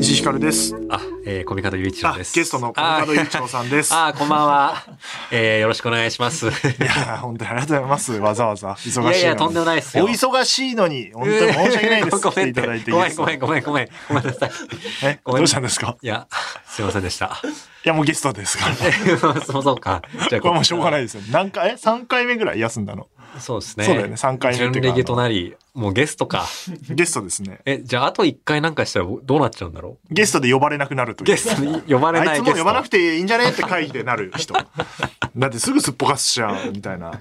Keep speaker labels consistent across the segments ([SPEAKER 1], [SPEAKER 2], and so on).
[SPEAKER 1] 石井ひかるです。
[SPEAKER 2] あ、えー、小見方雄一郎
[SPEAKER 1] あ、
[SPEAKER 2] です。
[SPEAKER 1] ゲストの小見門
[SPEAKER 2] あ
[SPEAKER 1] 一郎さんです。
[SPEAKER 2] あー、こんばんは。えー、よろしくお願いします。い
[SPEAKER 1] いや、 本当にありがとうございます。わざわざ。忙しいのに。
[SPEAKER 2] やいや、とんでもないですよ。
[SPEAKER 1] お忙しいのに、本当に申し訳ないです。
[SPEAKER 2] ご
[SPEAKER 1] 来
[SPEAKER 2] め
[SPEAKER 1] て
[SPEAKER 2] ん
[SPEAKER 1] いただいて
[SPEAKER 2] ごめん、ごめ
[SPEAKER 1] ゲ
[SPEAKER 2] ん、
[SPEAKER 1] スト
[SPEAKER 2] ごめん、ごめん、ごめんなさい。
[SPEAKER 1] え、
[SPEAKER 2] ご
[SPEAKER 1] ど
[SPEAKER 2] めん
[SPEAKER 1] うしたんですか
[SPEAKER 2] いや、すいませんでした。
[SPEAKER 1] いや、もうゲストですから。
[SPEAKER 2] そうそうか。じゃ。
[SPEAKER 1] これもうしょうがないいですよ。何回、え ?3 回目ぐらい休んだの。
[SPEAKER 2] そうですね。
[SPEAKER 1] そうだよね三回目っていうか
[SPEAKER 2] 準レギュとなり、もうゲストか。
[SPEAKER 1] ゲストですね。
[SPEAKER 2] え、じゃあ、あと一回なんかしたらどうなっちゃうんだろう。
[SPEAKER 1] ゲストで呼ばれなくなるという。
[SPEAKER 2] ゲストに呼ばれな
[SPEAKER 1] あ
[SPEAKER 2] い
[SPEAKER 1] いつ
[SPEAKER 2] ゲスト。
[SPEAKER 1] も呼ばなくていいんじゃねって会議でなる人。だってすぐすっぽかしちゃうみ たいな
[SPEAKER 2] あ
[SPEAKER 1] こ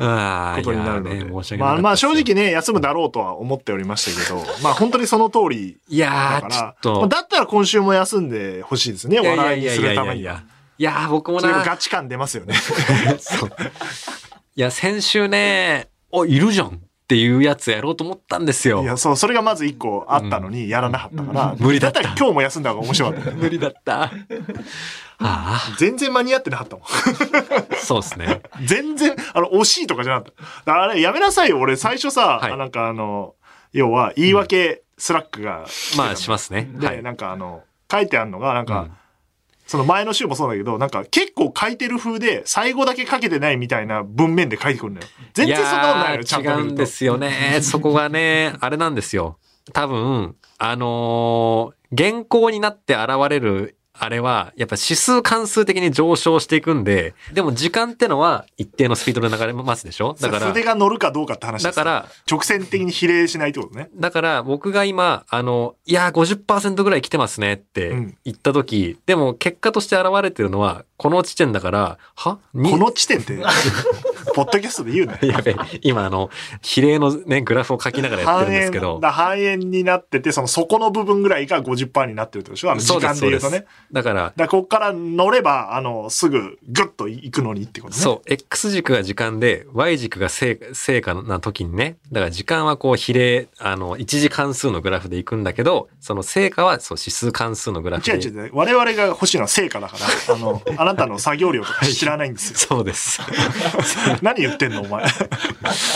[SPEAKER 2] あ、
[SPEAKER 1] とになるの
[SPEAKER 2] い
[SPEAKER 1] で。
[SPEAKER 2] やーね、申し訳ない。
[SPEAKER 1] まあまあ正。直ね、休むだろうとは思っておりましたけど、まあ本当にその通り
[SPEAKER 2] いや
[SPEAKER 1] だか
[SPEAKER 2] ー、ちょ
[SPEAKER 1] ら
[SPEAKER 2] っ、と。
[SPEAKER 1] まあだったら今週も休んでほしいですね、笑いにするため
[SPEAKER 2] い
[SPEAKER 1] に
[SPEAKER 2] や
[SPEAKER 1] は。
[SPEAKER 2] いやいやいやいや僕も
[SPEAKER 1] そういう
[SPEAKER 2] な
[SPEAKER 1] ガチ感出ますよね。
[SPEAKER 2] そういや先週ねおいるじゃんっていうやつやろうと思ったんですよ
[SPEAKER 1] いや、そう、それがまず一個あったのにやらなかったから、
[SPEAKER 2] ん無理だった
[SPEAKER 1] ら今日も休んだ方が面白かったね。
[SPEAKER 2] 無理だった ああ
[SPEAKER 1] 全然間に合ってなかったもん。
[SPEAKER 2] そうですね
[SPEAKER 1] 全然、あの、惜しいとかじゃなかった。あれ、やめなさいよ。俺、最初さ、
[SPEAKER 2] はい
[SPEAKER 1] なんかあの、要は、言い訳、スラックが来てたの、
[SPEAKER 2] まあしますね
[SPEAKER 1] で、
[SPEAKER 2] はい
[SPEAKER 1] なんかあの、書いてあるのが、なんか、
[SPEAKER 2] うん
[SPEAKER 1] その前の週もそうだけど、なんか結構書いてる風で、最後だけ書けてないみたいな文面で書いてくるのよ。全然そんなことないよ、ちゃん
[SPEAKER 2] いや
[SPEAKER 1] と見
[SPEAKER 2] ー違う
[SPEAKER 1] る
[SPEAKER 2] ん
[SPEAKER 1] と
[SPEAKER 2] で。すよねそこがねあれなんですよ多分あのー原稿になって現れるあれはやっぱ指数関数的に上昇していくんででも時間ってのは一定のスピードで流れますでしょだから
[SPEAKER 1] 筆が乗るかどうかって話で
[SPEAKER 2] だ
[SPEAKER 1] すよ
[SPEAKER 2] から
[SPEAKER 1] 直線的に比例しないってことね。
[SPEAKER 2] だから僕が今、あの、いやー、50%ぐらい来てますねって
[SPEAKER 1] うん
[SPEAKER 2] 言った時、でも結果として現れてるのは、この地点だから、はに
[SPEAKER 1] この地点って、ポッドキャストで言うね。
[SPEAKER 2] やべ、今あの、比例のね、グラフを書きながらやってるんですけ
[SPEAKER 1] 半円
[SPEAKER 2] ど、
[SPEAKER 1] だ半円になってて、その底の部分ぐらいが50%になってるってことでしょあの時
[SPEAKER 2] そうで
[SPEAKER 1] 間
[SPEAKER 2] す、
[SPEAKER 1] で
[SPEAKER 2] そう
[SPEAKER 1] 言
[SPEAKER 2] で
[SPEAKER 1] うとね。
[SPEAKER 2] す。だから、
[SPEAKER 1] だからこっから乗れば、あの、すぐグッと行くのにってことね。
[SPEAKER 2] そう、X 軸が時間で、Y 軸が成成果な時にね、だから時間はこう比例、あの、一次関数のグラフでいくんだけど、その成果はそう指数関数のグラフで。
[SPEAKER 1] 違う違う違う。我々が欲しいのは成果だから、あの、あなたの作業量とか知らないんですよ。
[SPEAKER 2] そうです。
[SPEAKER 1] 何言ってんのお前。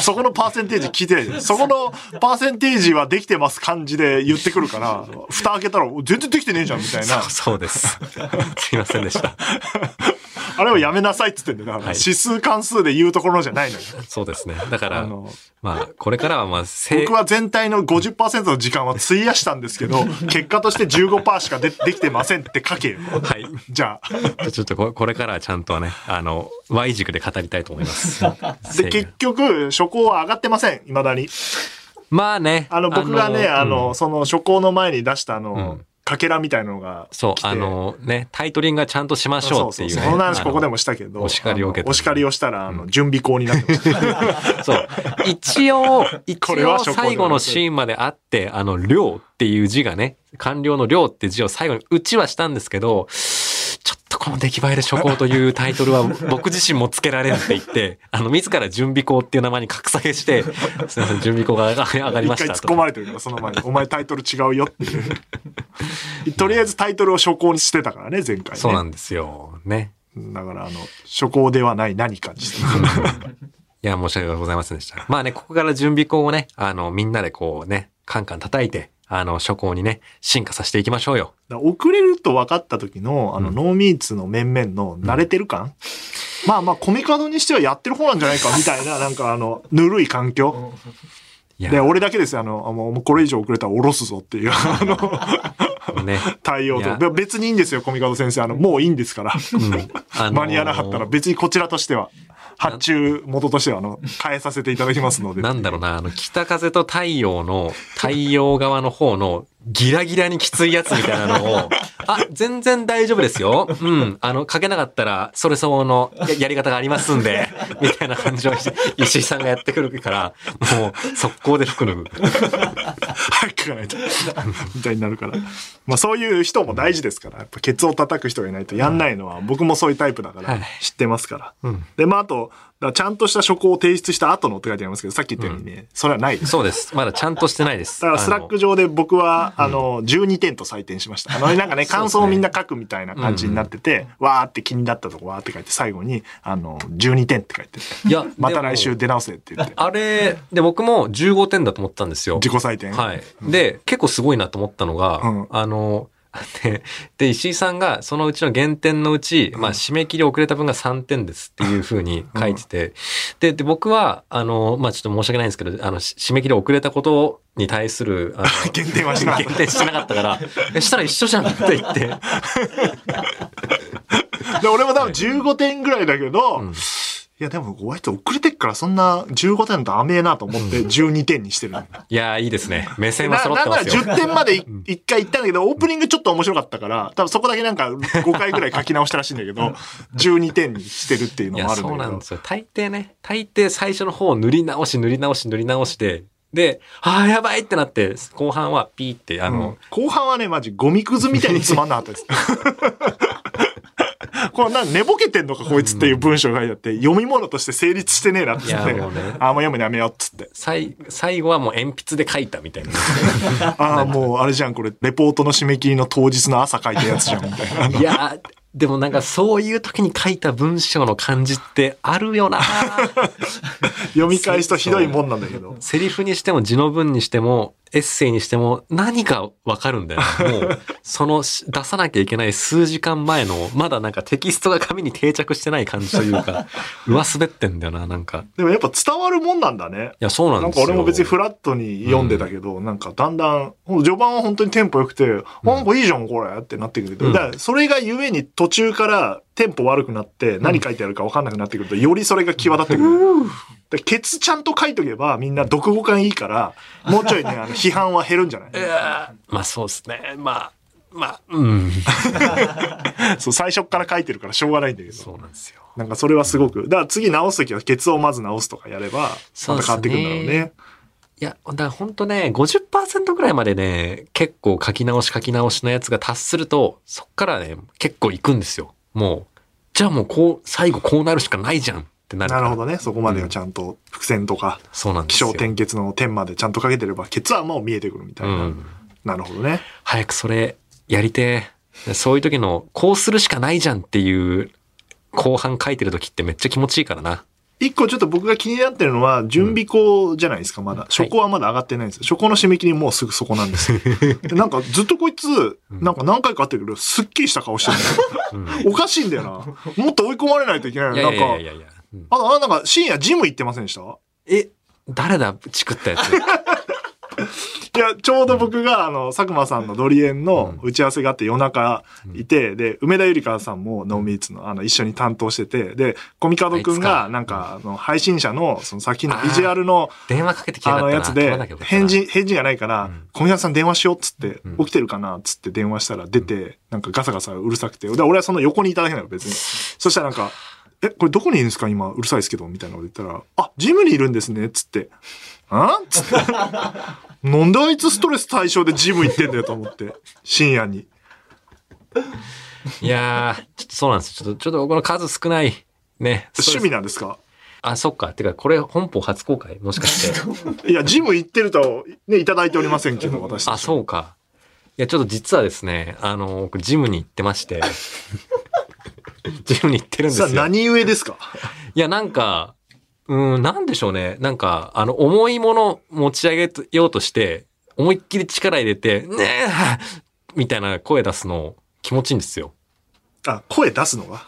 [SPEAKER 1] そこのパーセンテージ聞いてないじゃんそこのパーセンテージはできてます感じで言ってくるから、蓋開けたら全然できてねえじゃんみたい な
[SPEAKER 2] そう。そ うです。すいませんでした。
[SPEAKER 1] あれをやめなさいっつってんだよ。だから
[SPEAKER 2] はい
[SPEAKER 1] 指数関数で言うところじゃないのよ。
[SPEAKER 2] そうですね。だから、
[SPEAKER 1] あの
[SPEAKER 2] まあ、これからはまあ、せ
[SPEAKER 1] 僕は全体の50%の時間は費やしたんですけど、結果として15%しかでできてませんって書けよ。
[SPEAKER 2] はい。
[SPEAKER 1] じゃあ。
[SPEAKER 2] ちょっとここれからはちゃんとね、あの、Y 軸で語りたいと思います。せ
[SPEAKER 1] で、結局、初行は上がってません。未だに。
[SPEAKER 2] まあね。
[SPEAKER 1] あの、僕がね、あの、
[SPEAKER 2] うん
[SPEAKER 1] その初行の前に出したあの、
[SPEAKER 2] うん
[SPEAKER 1] かけらみたいのが来て。
[SPEAKER 2] そう、あのね、タイトリングはちゃんとしまし
[SPEAKER 1] そ
[SPEAKER 2] ょ
[SPEAKER 1] う
[SPEAKER 2] うって
[SPEAKER 1] そ
[SPEAKER 2] いうう
[SPEAKER 1] そう。
[SPEAKER 2] ね。
[SPEAKER 1] その話
[SPEAKER 2] あ
[SPEAKER 1] ここでもしたけど。
[SPEAKER 2] お叱りを受け
[SPEAKER 1] あ
[SPEAKER 2] た
[SPEAKER 1] のお叱りをしたら、あの、準備校になってました。
[SPEAKER 2] そう。一応、一
[SPEAKER 1] これは
[SPEAKER 2] 応
[SPEAKER 1] 初行で
[SPEAKER 2] 最後のシーンまであって、あの、量っていう字がね、完了の量って字を最後に打ちはしたんですけど、ちょっとこの出来栄えで初行というタイトルは 僕自身もつけられるって言って、あの、自ら準備校っていう名前に格下げして、すいません、準備校が上が上がり
[SPEAKER 1] 一
[SPEAKER 2] まし
[SPEAKER 1] 回突
[SPEAKER 2] た
[SPEAKER 1] っ
[SPEAKER 2] と
[SPEAKER 1] 込。まれてるから、その前に。お前タイトル違うよっていう。とりあえずタイトルを初行にしてたからね、前回ね。
[SPEAKER 2] そうなんですよ。ね。
[SPEAKER 1] だから、あの、初行ではない何かにして
[SPEAKER 2] いや、申し訳ございませんでした。まあね、ここから準備校をね、あの、みんなでこうね、カンカン叩いて、あの、初行にね、進化させていきましょうよ。
[SPEAKER 1] だから遅れると分かった時の、あの、
[SPEAKER 2] うん
[SPEAKER 1] ノーミーツの面々の慣れてる感、まあまあ、コミカドにしてはやってる方なんじゃないか、みたいな、なんかあの、ぬるい環境。
[SPEAKER 2] いや、
[SPEAKER 1] で、俺だけですよ、あの、あもうもうこれ以上遅れたら下ろすぞっていう、あの、
[SPEAKER 2] ね。
[SPEAKER 1] 対応
[SPEAKER 2] いや
[SPEAKER 1] と。で別にいいんですよ、コミカド先生。あの、もういいんですから。
[SPEAKER 2] うんあのー
[SPEAKER 1] 間に合わなかったら、別にこちらとしては、発注元としては、あの、変えさせていただきますので。
[SPEAKER 2] なんだろうな、あの、北風と太陽の、太陽側の方の、ギラギラにきついやつみたいなのを、あ、全然大丈夫ですよ。うん。あの、かけなかったら、それ相応のややり方がありますんで、みたいな感じを石石井さんがやってくるから、もう、速攻で服脱ぐ。
[SPEAKER 1] 早く書かないとみたいになるからまあそういう人も大事ですからやっぱケツを叩く人がいないとやんないのは僕もそういうタイプだか
[SPEAKER 2] は
[SPEAKER 1] ら
[SPEAKER 2] い
[SPEAKER 1] 知ってますから、
[SPEAKER 2] うん
[SPEAKER 1] でまああとだからちゃんとした書庫を提出した後のって書いてありますけどさっき言ったようにね、それはないです
[SPEAKER 2] そうです。まだちゃんとしてないです。
[SPEAKER 1] だからスラック上で僕は、あの、12点と採点しました。あの、なんかね、感想をみんな書くみたいな感じになってて、わーって気になったとこわーって書いて、最後に、あの、12点って書いて、
[SPEAKER 2] あのいや、
[SPEAKER 1] ま
[SPEAKER 2] で
[SPEAKER 1] た
[SPEAKER 2] も
[SPEAKER 1] 来週出直せって 言って、
[SPEAKER 2] あれ、で、僕も15点だと思ったんですよ。
[SPEAKER 1] 自己採点。
[SPEAKER 2] はい。で、結構すごいなと思ったのが、
[SPEAKER 1] うん
[SPEAKER 2] あの、で、で、石井さんがそのうちの減点のうち、まあ、締め切り遅れた分が3点ですっていうふうに書いてて、で、で、僕は、あの、まあ、ちょっと申し訳ないんですけど、あの、し締め切り遅れたことに対する、 あの
[SPEAKER 1] 減点はしなかっ
[SPEAKER 2] 減点してなかったから、えしたら一緒じゃんって 言って、
[SPEAKER 1] た。で、俺も多分15点ぐらいだけど、
[SPEAKER 2] うん
[SPEAKER 1] いや、でも、こいつ遅れてっから、そんな15点と甘えなと思って、12点にしてる。
[SPEAKER 2] いやー、いいですね。目線は
[SPEAKER 1] な
[SPEAKER 2] 揃っ
[SPEAKER 1] なん
[SPEAKER 2] て
[SPEAKER 1] な
[SPEAKER 2] ま
[SPEAKER 1] ら
[SPEAKER 2] すよ。
[SPEAKER 1] 10点までい一回行ったんだけど、オープニングちょっと面白かったから、多分そこだけなんか5回ぐらい書き直したらしいんだけど、12点にしてるっていう
[SPEAKER 2] い
[SPEAKER 1] の
[SPEAKER 2] や、
[SPEAKER 1] もあるんだ
[SPEAKER 2] そ
[SPEAKER 1] け
[SPEAKER 2] う
[SPEAKER 1] ど
[SPEAKER 2] なん。ですよ。大抵ね、大抵最初の方を塗り直し、塗り直し、塗り直して、で、ああ、やばいってなって、後半はピーって、あの、
[SPEAKER 1] 後半はね、マジゴミくずみたいにつまんなかっ たです。これな、寝ぼけてんのかこいつっていう文章が書いてあって、読み物として成立してねえなっつって。
[SPEAKER 2] いやも うね
[SPEAKER 1] あ、もう読むのやめようっつって。
[SPEAKER 2] 最最後はもう鉛筆で書いたみたいな。
[SPEAKER 1] ああ、もうあれじゃん、これ、レポートの締め切りの当日の朝書いたやつじゃん、みたいな。
[SPEAKER 2] いやー、でもなんかそういう時に書いた文章の感じってあるよなー
[SPEAKER 1] 読み返すとひどいもんなんだけど。
[SPEAKER 2] セリフにしても字の文にしてもエッセイにしても何かわかるんだよね。も う、そのし出さなきゃいけない数時間前の、まだなんかテキストが紙に定着してない感じという か、上滑ってんだよな、なんか。
[SPEAKER 1] でもやっぱ伝わるもんなんだね。
[SPEAKER 2] いや、そうなん
[SPEAKER 1] なん
[SPEAKER 2] です
[SPEAKER 1] か
[SPEAKER 2] よ。
[SPEAKER 1] 俺も別にフラットに読んでたけど、なんかだんだん、ほんと序盤は本当にテンポ良くて、なんかいいじゃんこれってなってくるけど、
[SPEAKER 2] うん
[SPEAKER 1] だからそれがゆえに途中からテンポ悪くなって何書いてあるか分かんなくなってくると、よりそれが際立ってくる。でケツちゃんと書いとけばみんな読語感いい から、もうちょいね、あの批判は減るんじゃない
[SPEAKER 2] いやーまあそうですね。まあ、まあ、 うん。
[SPEAKER 1] そう最初っから書いてるからしょうがないんだけど。
[SPEAKER 2] そうなんですよ。
[SPEAKER 1] なんかそれはすごく。だから次直すときはケツをまず直すとかやれば、また変わってくるんだろう
[SPEAKER 2] そうです
[SPEAKER 1] ね。
[SPEAKER 2] いや、だから本当ね、50%ぐらいまでね、結構書き直し書き直しのやつが達すると、そっからね、結構行くんですよ。もう、じゃあもうこう、最後こうなるしかないじゃんってなる
[SPEAKER 1] な
[SPEAKER 2] から。
[SPEAKER 1] るほどね。そこまではちゃんと伏線とか。
[SPEAKER 2] そうなんで
[SPEAKER 1] 気
[SPEAKER 2] すよ。
[SPEAKER 1] 象点結の点までちゃんとかけてれば、ケツはもう見えてくるみたいうな。
[SPEAKER 2] ん。
[SPEAKER 1] なるほどね。
[SPEAKER 2] 早くそれ、やりてえ。そういう時の、こうするしかないじゃんっていう、後半書いてる時ってめっちゃ気持ちいいからな。
[SPEAKER 1] 一個ちょっと僕が気になってるのは、準備校じゃないですか、まだ。初校はまだ上がってないんですよ。初校の締め切りもうすぐそこなん ですよ。でなんかずっとこいつ、なんか何回か会ってるけど、すっきりした顔してるんだ よ。おかしいんだよな。もっと追い込まれないといけないの
[SPEAKER 2] いやい
[SPEAKER 1] に。
[SPEAKER 2] やい
[SPEAKER 1] な
[SPEAKER 2] やい
[SPEAKER 1] んか、
[SPEAKER 2] やいや。うん
[SPEAKER 1] あの、あなんか深夜ジム行ってませんでした
[SPEAKER 2] え、誰だチクったやつ。
[SPEAKER 1] いや、ちょうど僕が、あの、佐久間さんのドリエンの打ち合わせがあって夜中いて、で、梅田ゆりかさんもノーミーツの、あの、一緒に担当してて、で、コミカドくん
[SPEAKER 2] あいつか
[SPEAKER 1] が、なんか、あの、配信者の、その先のビジュアルの、
[SPEAKER 2] 電話かけてきや
[SPEAKER 1] あ
[SPEAKER 2] が
[SPEAKER 1] の、
[SPEAKER 2] ったな。
[SPEAKER 1] やつ
[SPEAKER 2] 取
[SPEAKER 1] で
[SPEAKER 2] らなきゃよか、ったな
[SPEAKER 1] 返。事、返事がないから、小宮さん電話しようっつって、
[SPEAKER 2] ん
[SPEAKER 1] 起きてるかなっつって電話したら出て、なんかガサガサうるさくて、で俺はその横にいただけなの、別に。そしたらなんか、え、これどこにいるんですか今、うるさいですけど、みたいなこと言ったら、あ、ジムにいるんですね、っつって。んつって。 なんであいつストレス対象でジム行ってんだよと思って、深夜に。
[SPEAKER 2] いやー、ちょっとそうなんですよ。ちょっと、ちょっとこの数少ない、ね。
[SPEAKER 1] 趣味なんですか
[SPEAKER 2] あ、そっか。てか、これ本邦初公開もし かして。
[SPEAKER 1] いや、ジム行ってると、ね、いただいておりませんけど、私たち。
[SPEAKER 2] あ、そうか。いや、ちょっと実はですね、あの、僕ジムに行ってま して。ジムに行ってるんで
[SPEAKER 1] さあ、
[SPEAKER 2] すよ。
[SPEAKER 1] 何故ですか
[SPEAKER 2] いや、なんか、うん、なんでしょうね。なんか、あの、重いもの持ち上げようとして、思いっきり力入れて、ねえみたいな声出すの気持ちいいんですよ。
[SPEAKER 1] あ、声出すのが。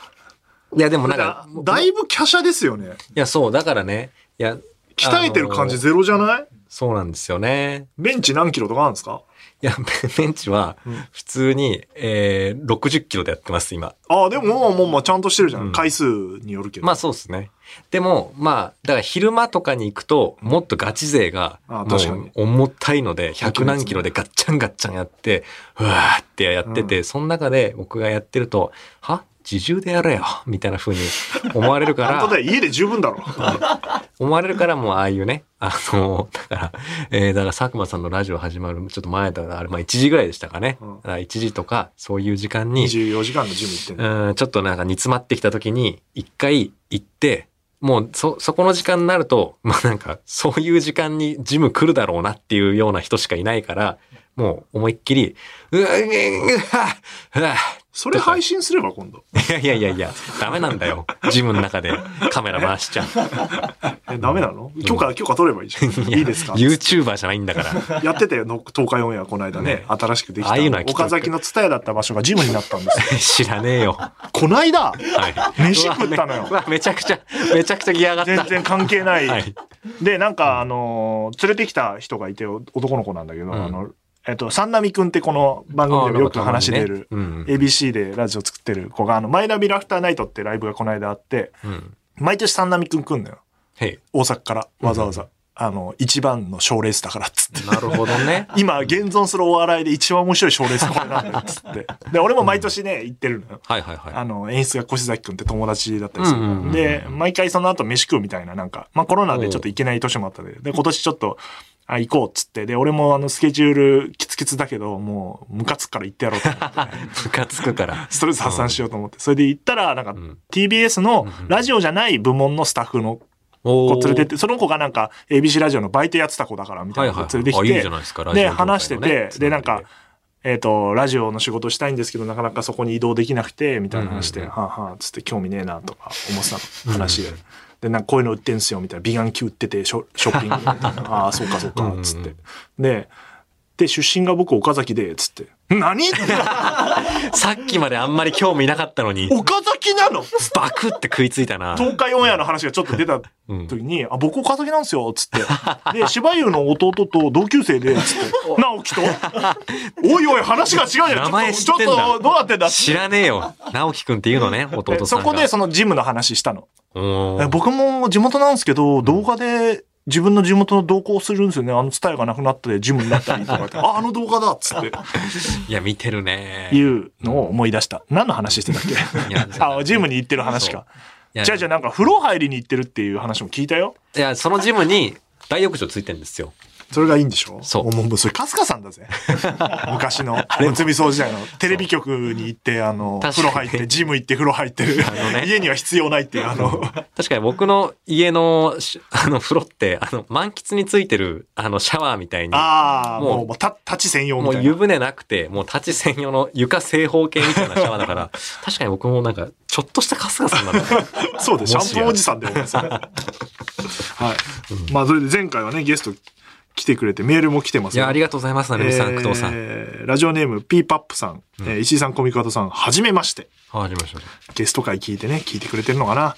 [SPEAKER 2] いや、でもなん
[SPEAKER 1] だ
[SPEAKER 2] か、
[SPEAKER 1] だいぶ華奢ですよね。
[SPEAKER 2] いや、そう、だからね。いや、
[SPEAKER 1] 鍛えてる感
[SPEAKER 2] あ
[SPEAKER 1] じ
[SPEAKER 2] の
[SPEAKER 1] ゼロじゃない
[SPEAKER 2] そうなんですよね。
[SPEAKER 1] ベンチ何キロとかあるんですか
[SPEAKER 2] いや、 ベンチは、普通に、えー、60キロでやってます、今。
[SPEAKER 1] ああ、でももうもうもうちゃんとしてるじゃん。
[SPEAKER 2] うん
[SPEAKER 1] 回数によるけど。
[SPEAKER 2] まあそうですね。でも、まあ、だから昼間とかに行くと、もっとガチ勢が、
[SPEAKER 1] あ
[SPEAKER 2] も
[SPEAKER 1] 確かに
[SPEAKER 2] う重たいので、100何キロでガッチャンガッチャンやって、うわーってやってて、その中で僕がやってると、は自重でやれよ、みたいな風に思われるか
[SPEAKER 1] 本当だ
[SPEAKER 2] ら、
[SPEAKER 1] よ、家で十分だ ろ。
[SPEAKER 2] 思われるからもうああいうね、あの、だから、えーだから佐久間さんのラジオ始まる、ちょっと前だから、あれ、まあ1時ぐらいでしたかね。
[SPEAKER 1] うん
[SPEAKER 2] だから1時とか、そういう時間に、
[SPEAKER 1] 24時間のジム行ってんの。
[SPEAKER 2] うん、ちょっとなんか煮詰まってきた時に、一回行って、もうそ、そこの時間になると、 まあなんか、そういう時間にジム来るだろうなっていうような人しかいないから、もう思いっきり、うわ、うわ、うわ、
[SPEAKER 1] それ配信すれば今度。
[SPEAKER 2] いやいやいやいや、ダメなんだよ。ジムの中でカメラ回しちゃう。
[SPEAKER 1] え、ダメなの許可、許可取ればいいじゃん。いいですか
[SPEAKER 2] YouTuber じゃないんだから。
[SPEAKER 1] やってたよ、の東海オンエアこの間ね
[SPEAKER 2] ね。
[SPEAKER 1] 新しくできた。
[SPEAKER 2] ああいうのはきっと
[SPEAKER 1] 岡崎の蔦屋だった場所がジムになったんですよ。
[SPEAKER 2] 知らねえよ。は
[SPEAKER 1] こないだ
[SPEAKER 2] い。
[SPEAKER 1] 飯食ったのよ
[SPEAKER 2] うわ、めちゃくちゃ、めちゃくちゃ嫌がった。
[SPEAKER 1] 全然関係ない。
[SPEAKER 2] はい。
[SPEAKER 1] で、なんか、あのー連れてきた人がいて、お男の子なんだけど、
[SPEAKER 2] ん
[SPEAKER 1] あの、えっと、三波くんってこの番組でもよく話してる、
[SPEAKER 2] うん。
[SPEAKER 1] ABC でラジオ作ってる子が、あの、マイナビラフターナイトってライブがこの間あって、
[SPEAKER 2] うん。
[SPEAKER 1] 毎年三波くん来んのよ。
[SPEAKER 2] へい。
[SPEAKER 1] 大阪から、わざわざ。あの、一番の賞レースだからっつって。
[SPEAKER 2] なるほどね。
[SPEAKER 1] 今、現存するお笑いで一番面白い賞レースこれなんだよっつって。で、俺も毎年ね、行ってるのよ。
[SPEAKER 2] はいはいはい。
[SPEAKER 1] あの、演出が越崎くんって友達だったりするの、
[SPEAKER 2] うんうんうん
[SPEAKER 1] で、毎回その後飯食うみたいな、なんか、まあコロナでちょっと行けない年もあったんで、で、今年ちょっと、あ、行こうっつって、で、俺もあの、スケジュールキツキツだけど、もう、ムカつくから行ってやろうと思って、
[SPEAKER 2] ムカつくから。
[SPEAKER 1] ストレス発散しようと思って、それで行ったら、なんか
[SPEAKER 2] ん、
[SPEAKER 1] TBS のラジオじゃない部門のスタッフの子
[SPEAKER 2] おー
[SPEAKER 1] 連れてって、その子がなんか、ABC ラジオのバイトやってた子だから、みた
[SPEAKER 2] はいい
[SPEAKER 1] な
[SPEAKER 2] は
[SPEAKER 1] の
[SPEAKER 2] いはい。
[SPEAKER 1] 連れてき
[SPEAKER 2] あいいじ
[SPEAKER 1] て
[SPEAKER 2] ゃ、ないですか。ラジオ
[SPEAKER 1] で、
[SPEAKER 2] 業界のね
[SPEAKER 1] 話してて、で、なんか
[SPEAKER 2] つ、
[SPEAKER 1] えっ、と、ラジオの仕事したいんですけど、なかなかそこに移動できなくて、みたいな話で、
[SPEAKER 2] うんうん
[SPEAKER 1] はあはあ、つって興味ねえな、とか思ってたの話で。
[SPEAKER 2] うんうん
[SPEAKER 1] で、なんかこういうの売ってんすよ、みたいな。美顔器売ってて、ショショッピン グみたいな。ああ、そうかそうか、つって。
[SPEAKER 2] うん
[SPEAKER 1] で、で、出身が僕岡崎で、つって。何
[SPEAKER 2] ながらさっきまであんまり興味なかったのに、
[SPEAKER 1] 岡崎なの
[SPEAKER 2] バクって食いついたな。
[SPEAKER 1] 東海オンエアの話がちょっと出た時に、あ、僕岡崎なんですよ、つって。で、芝生の弟と同級生で、つって。直樹と。おいおい、話が違うじゃん。ちょっ
[SPEAKER 2] 名
[SPEAKER 1] と
[SPEAKER 2] 前知ってんだ
[SPEAKER 1] ちょっとどうなってんだっつって
[SPEAKER 2] 知らねえよ。直樹くんっていうのね、弟
[SPEAKER 1] で
[SPEAKER 2] さん
[SPEAKER 1] そ
[SPEAKER 2] が。
[SPEAKER 1] こでそのジムの話したの。
[SPEAKER 2] お
[SPEAKER 1] え
[SPEAKER 2] ー
[SPEAKER 1] 僕も地元なんですけど、動画で自分の地元の動向をするんですよね。あの伝えがなくなったでジムになったりと かって。あ、あの動画だっつって
[SPEAKER 2] いや、見てるね。
[SPEAKER 1] いうのを思い出した。何の話してたっ
[SPEAKER 2] いや
[SPEAKER 1] け あ、ジムに行ってる話か。
[SPEAKER 2] いや
[SPEAKER 1] じゃあじゃあなんか風呂入りに行ってるっていう話も聞いたよ。
[SPEAKER 2] いや、そのジムに大浴場ついてんですよ。
[SPEAKER 1] それがいいんでしょ
[SPEAKER 2] そう
[SPEAKER 1] ももうそれ、カスカさんだ ぜ。昔の、つみそう時代の、テレビ局に行って、あの、
[SPEAKER 2] 確
[SPEAKER 1] 風
[SPEAKER 2] か
[SPEAKER 1] 呂
[SPEAKER 2] に
[SPEAKER 1] 入って、ジム行って風呂入ってる。
[SPEAKER 2] ね
[SPEAKER 1] 家には必要ないっていう、あの、
[SPEAKER 2] 確かに僕の家のし、あの、風呂って、あの、満喫についてる、あの、シャワーみたいに、
[SPEAKER 1] ああ、
[SPEAKER 2] もう
[SPEAKER 1] もう、もうた立ち専用み
[SPEAKER 2] も
[SPEAKER 1] たいな。
[SPEAKER 2] う湯船なくて、もう立ち専用の床正方形みたいなシャワーだから、 確かに僕もなんか、ちょっとした春日さんなんだね。
[SPEAKER 1] そうです。シ
[SPEAKER 2] も
[SPEAKER 1] ャン
[SPEAKER 2] し
[SPEAKER 1] プ
[SPEAKER 2] や
[SPEAKER 1] ーおじさんでもいいです よねはい。まあ、それで前回はね、ゲスト来てくれて、メールも来てま
[SPEAKER 2] い
[SPEAKER 1] す
[SPEAKER 2] や、あり
[SPEAKER 1] が
[SPEAKER 2] がとうございます、なるみさん、工藤さん。
[SPEAKER 1] ん。ラジオネーム、ピーパップさん、えー石井さん、コミカドさん、はじめまして。
[SPEAKER 2] はいありました。
[SPEAKER 1] ゲスト会聞いてね、聞いてくれてるのかな。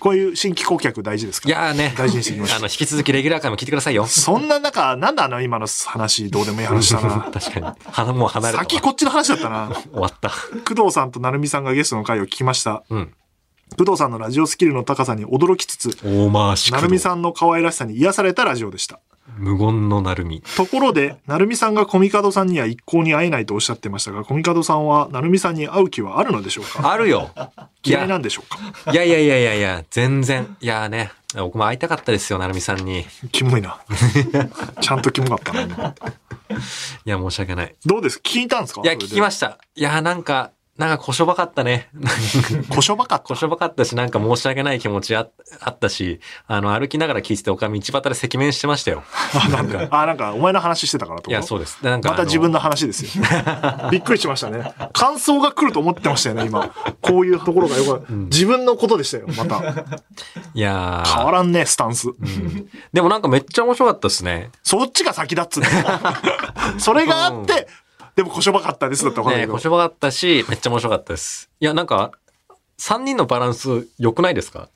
[SPEAKER 1] こういう新規顧客大事ですか
[SPEAKER 2] いやーね、
[SPEAKER 1] 大事にしていきましょう
[SPEAKER 2] あの、引き続きレギュラー回も聞いてくださいよ。
[SPEAKER 1] そんな中、なんだあの今の話、どうでもいい話 したな。
[SPEAKER 2] 確かに。鼻もう離れたわ。
[SPEAKER 1] 先こっちの話だった な。
[SPEAKER 2] 終わった。
[SPEAKER 1] 工藤さんと成美さんがゲストの回を聞きました。
[SPEAKER 2] うん。
[SPEAKER 1] 工藤さんのラジオスキルの高さに驚きつつ、
[SPEAKER 2] 大回し工
[SPEAKER 1] 成
[SPEAKER 2] 藤
[SPEAKER 1] 美さんの可愛らしさに癒されたラジオでした。
[SPEAKER 2] 無言のなるみ。
[SPEAKER 1] ところで、なるみさんがコミカドさんには一向に会えないとおっしゃってましたが、コミカドさんはなるみさんに会う気はあるのでしょうか
[SPEAKER 2] あるよ。い
[SPEAKER 1] 嫌
[SPEAKER 2] や
[SPEAKER 1] い、なんでしょうか
[SPEAKER 2] いやいやいやいやいや、全然。いやーね、僕も会いたかったですよ、なるみさんに。い
[SPEAKER 1] キモい な。ちゃんとキモかったな。今
[SPEAKER 2] や、申し訳ない。
[SPEAKER 1] どうです聞いたんですか
[SPEAKER 2] いや、聞きま
[SPEAKER 1] し
[SPEAKER 2] した。いやー、なんか、なんか、こしょばかったね。
[SPEAKER 1] た。小しょばかった。
[SPEAKER 2] こしょばかったし、なんか申し訳ない気持ちああったし、あの、歩きながら聞いてて、おかみ道端で赤面してましたよ。
[SPEAKER 1] あ、なんか、あ、なんか、お前の話してたからと
[SPEAKER 2] いや、そうです。でなんか、
[SPEAKER 1] また自分の話ですよ。 びっくりしましたね。感想が来ると思ってましたよね、今。こういうところがよく、自分のことでしたよ、また。
[SPEAKER 2] あのいやー
[SPEAKER 1] 変わらんね、スタンス。
[SPEAKER 2] うんでもなんかめっちゃ面白かったですね。
[SPEAKER 1] そっちが先だっつうの それがあって、でも小しょばかったですだったらわかんな
[SPEAKER 2] ね
[SPEAKER 1] いけど
[SPEAKER 2] こしょばかったし、めっちゃ面白かったです。いや、なんか、3人のバランス良くないですか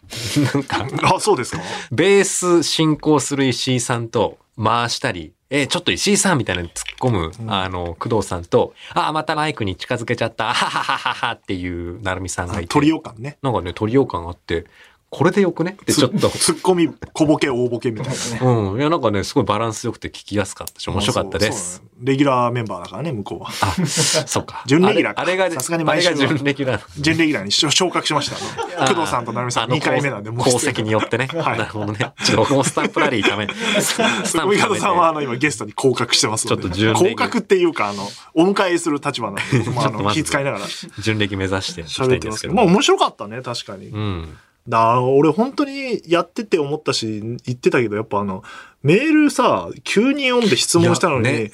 [SPEAKER 2] なんか、
[SPEAKER 1] あ、そうですか
[SPEAKER 2] ベース進行する石井さんと回したり、えーちょっと石井さんみたいなの突っ込む、あの、工藤さんと、あー、またマイクに近づけちゃった、あはははははっていう、なるみさんがいて。
[SPEAKER 1] トリオ感ね。
[SPEAKER 2] なんかね、トリオ感あって、これでよくねってちょっと。
[SPEAKER 1] ツッコミ、小ボケ、大ボケみたいなね。
[SPEAKER 2] うん。いや、なんかね、すごいバランス良くて聞きやすかった し、面白かったで
[SPEAKER 1] そう
[SPEAKER 2] す。。
[SPEAKER 1] そうレギュラーメンバーだからね、向こうは。
[SPEAKER 2] あ、そうか。
[SPEAKER 1] 準レギュラーか
[SPEAKER 2] あれあれが、
[SPEAKER 1] さすがに毎週は
[SPEAKER 2] あれが準レギュラー。
[SPEAKER 1] 準レギュラーに昇昇格しましたね、工藤さんと成美さん
[SPEAKER 2] あの
[SPEAKER 1] 2回目なんで、もう
[SPEAKER 2] 功績によってね。
[SPEAKER 1] はい
[SPEAKER 2] なるほどね。ちょっと僕もスタンプラリーた め、スタンプ
[SPEAKER 1] 上
[SPEAKER 2] た
[SPEAKER 1] 方
[SPEAKER 2] めて
[SPEAKER 1] さんはあの今ゲストに降格してますので。
[SPEAKER 2] ちょっと準レギュラー
[SPEAKER 1] 降格っていうか、あの、お迎えする立場なんで、僕もあ
[SPEAKER 2] ちょっと
[SPEAKER 1] の
[SPEAKER 2] まず
[SPEAKER 1] 気遣いながら
[SPEAKER 2] 準レギュ目指していきたい
[SPEAKER 1] 喋
[SPEAKER 2] ん
[SPEAKER 1] って
[SPEAKER 2] で
[SPEAKER 1] ますす
[SPEAKER 2] け
[SPEAKER 1] け
[SPEAKER 2] ど
[SPEAKER 1] ど。まあ面白かったね、確かに
[SPEAKER 2] う。ん。
[SPEAKER 1] だ俺本当にやってて思ったし、言ってたけど、やっぱあの、メールさ、急に読んで質問したのに、
[SPEAKER 2] いやね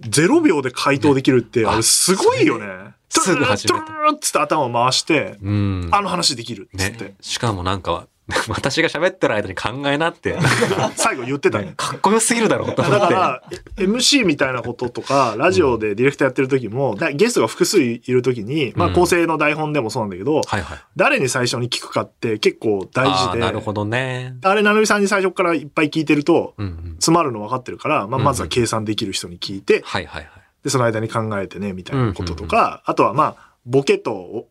[SPEAKER 1] 0秒で回答できるって、
[SPEAKER 2] ね
[SPEAKER 1] あれすごいよね。
[SPEAKER 2] それすぐ始めた
[SPEAKER 1] トゥルルルルルっつって頭を回して、
[SPEAKER 2] うん。
[SPEAKER 1] あの話できるっつって
[SPEAKER 2] ね。。しかもなんか、 私が喋ってる間に考えなって、なん
[SPEAKER 1] 最後言ってたね
[SPEAKER 2] か。かっこよすぎるだろうと 思
[SPEAKER 1] だ
[SPEAKER 2] っ
[SPEAKER 1] か
[SPEAKER 2] て。
[SPEAKER 1] ら、え MC みたいなこととか、ラジオでディレクターやってる時も、だゲストが複数いる時に、まあ
[SPEAKER 2] うん
[SPEAKER 1] 構成の台本でもそうなんだけど、
[SPEAKER 2] はいはい。
[SPEAKER 1] 誰に最初に聞くかって結構大
[SPEAKER 2] あ
[SPEAKER 1] 事
[SPEAKER 2] あー、
[SPEAKER 1] で、
[SPEAKER 2] なるほどね。
[SPEAKER 1] あれ、なるみさんに最初からいっぱい聞いてると、
[SPEAKER 2] うんうん。
[SPEAKER 1] 詰まるの分かってるから、まあ、
[SPEAKER 2] うん
[SPEAKER 1] まずは計算できる人に聞いて、
[SPEAKER 2] はいはいはい。
[SPEAKER 1] で、その間に考えてね、みたいなこととか、あとはまあ、ボケとお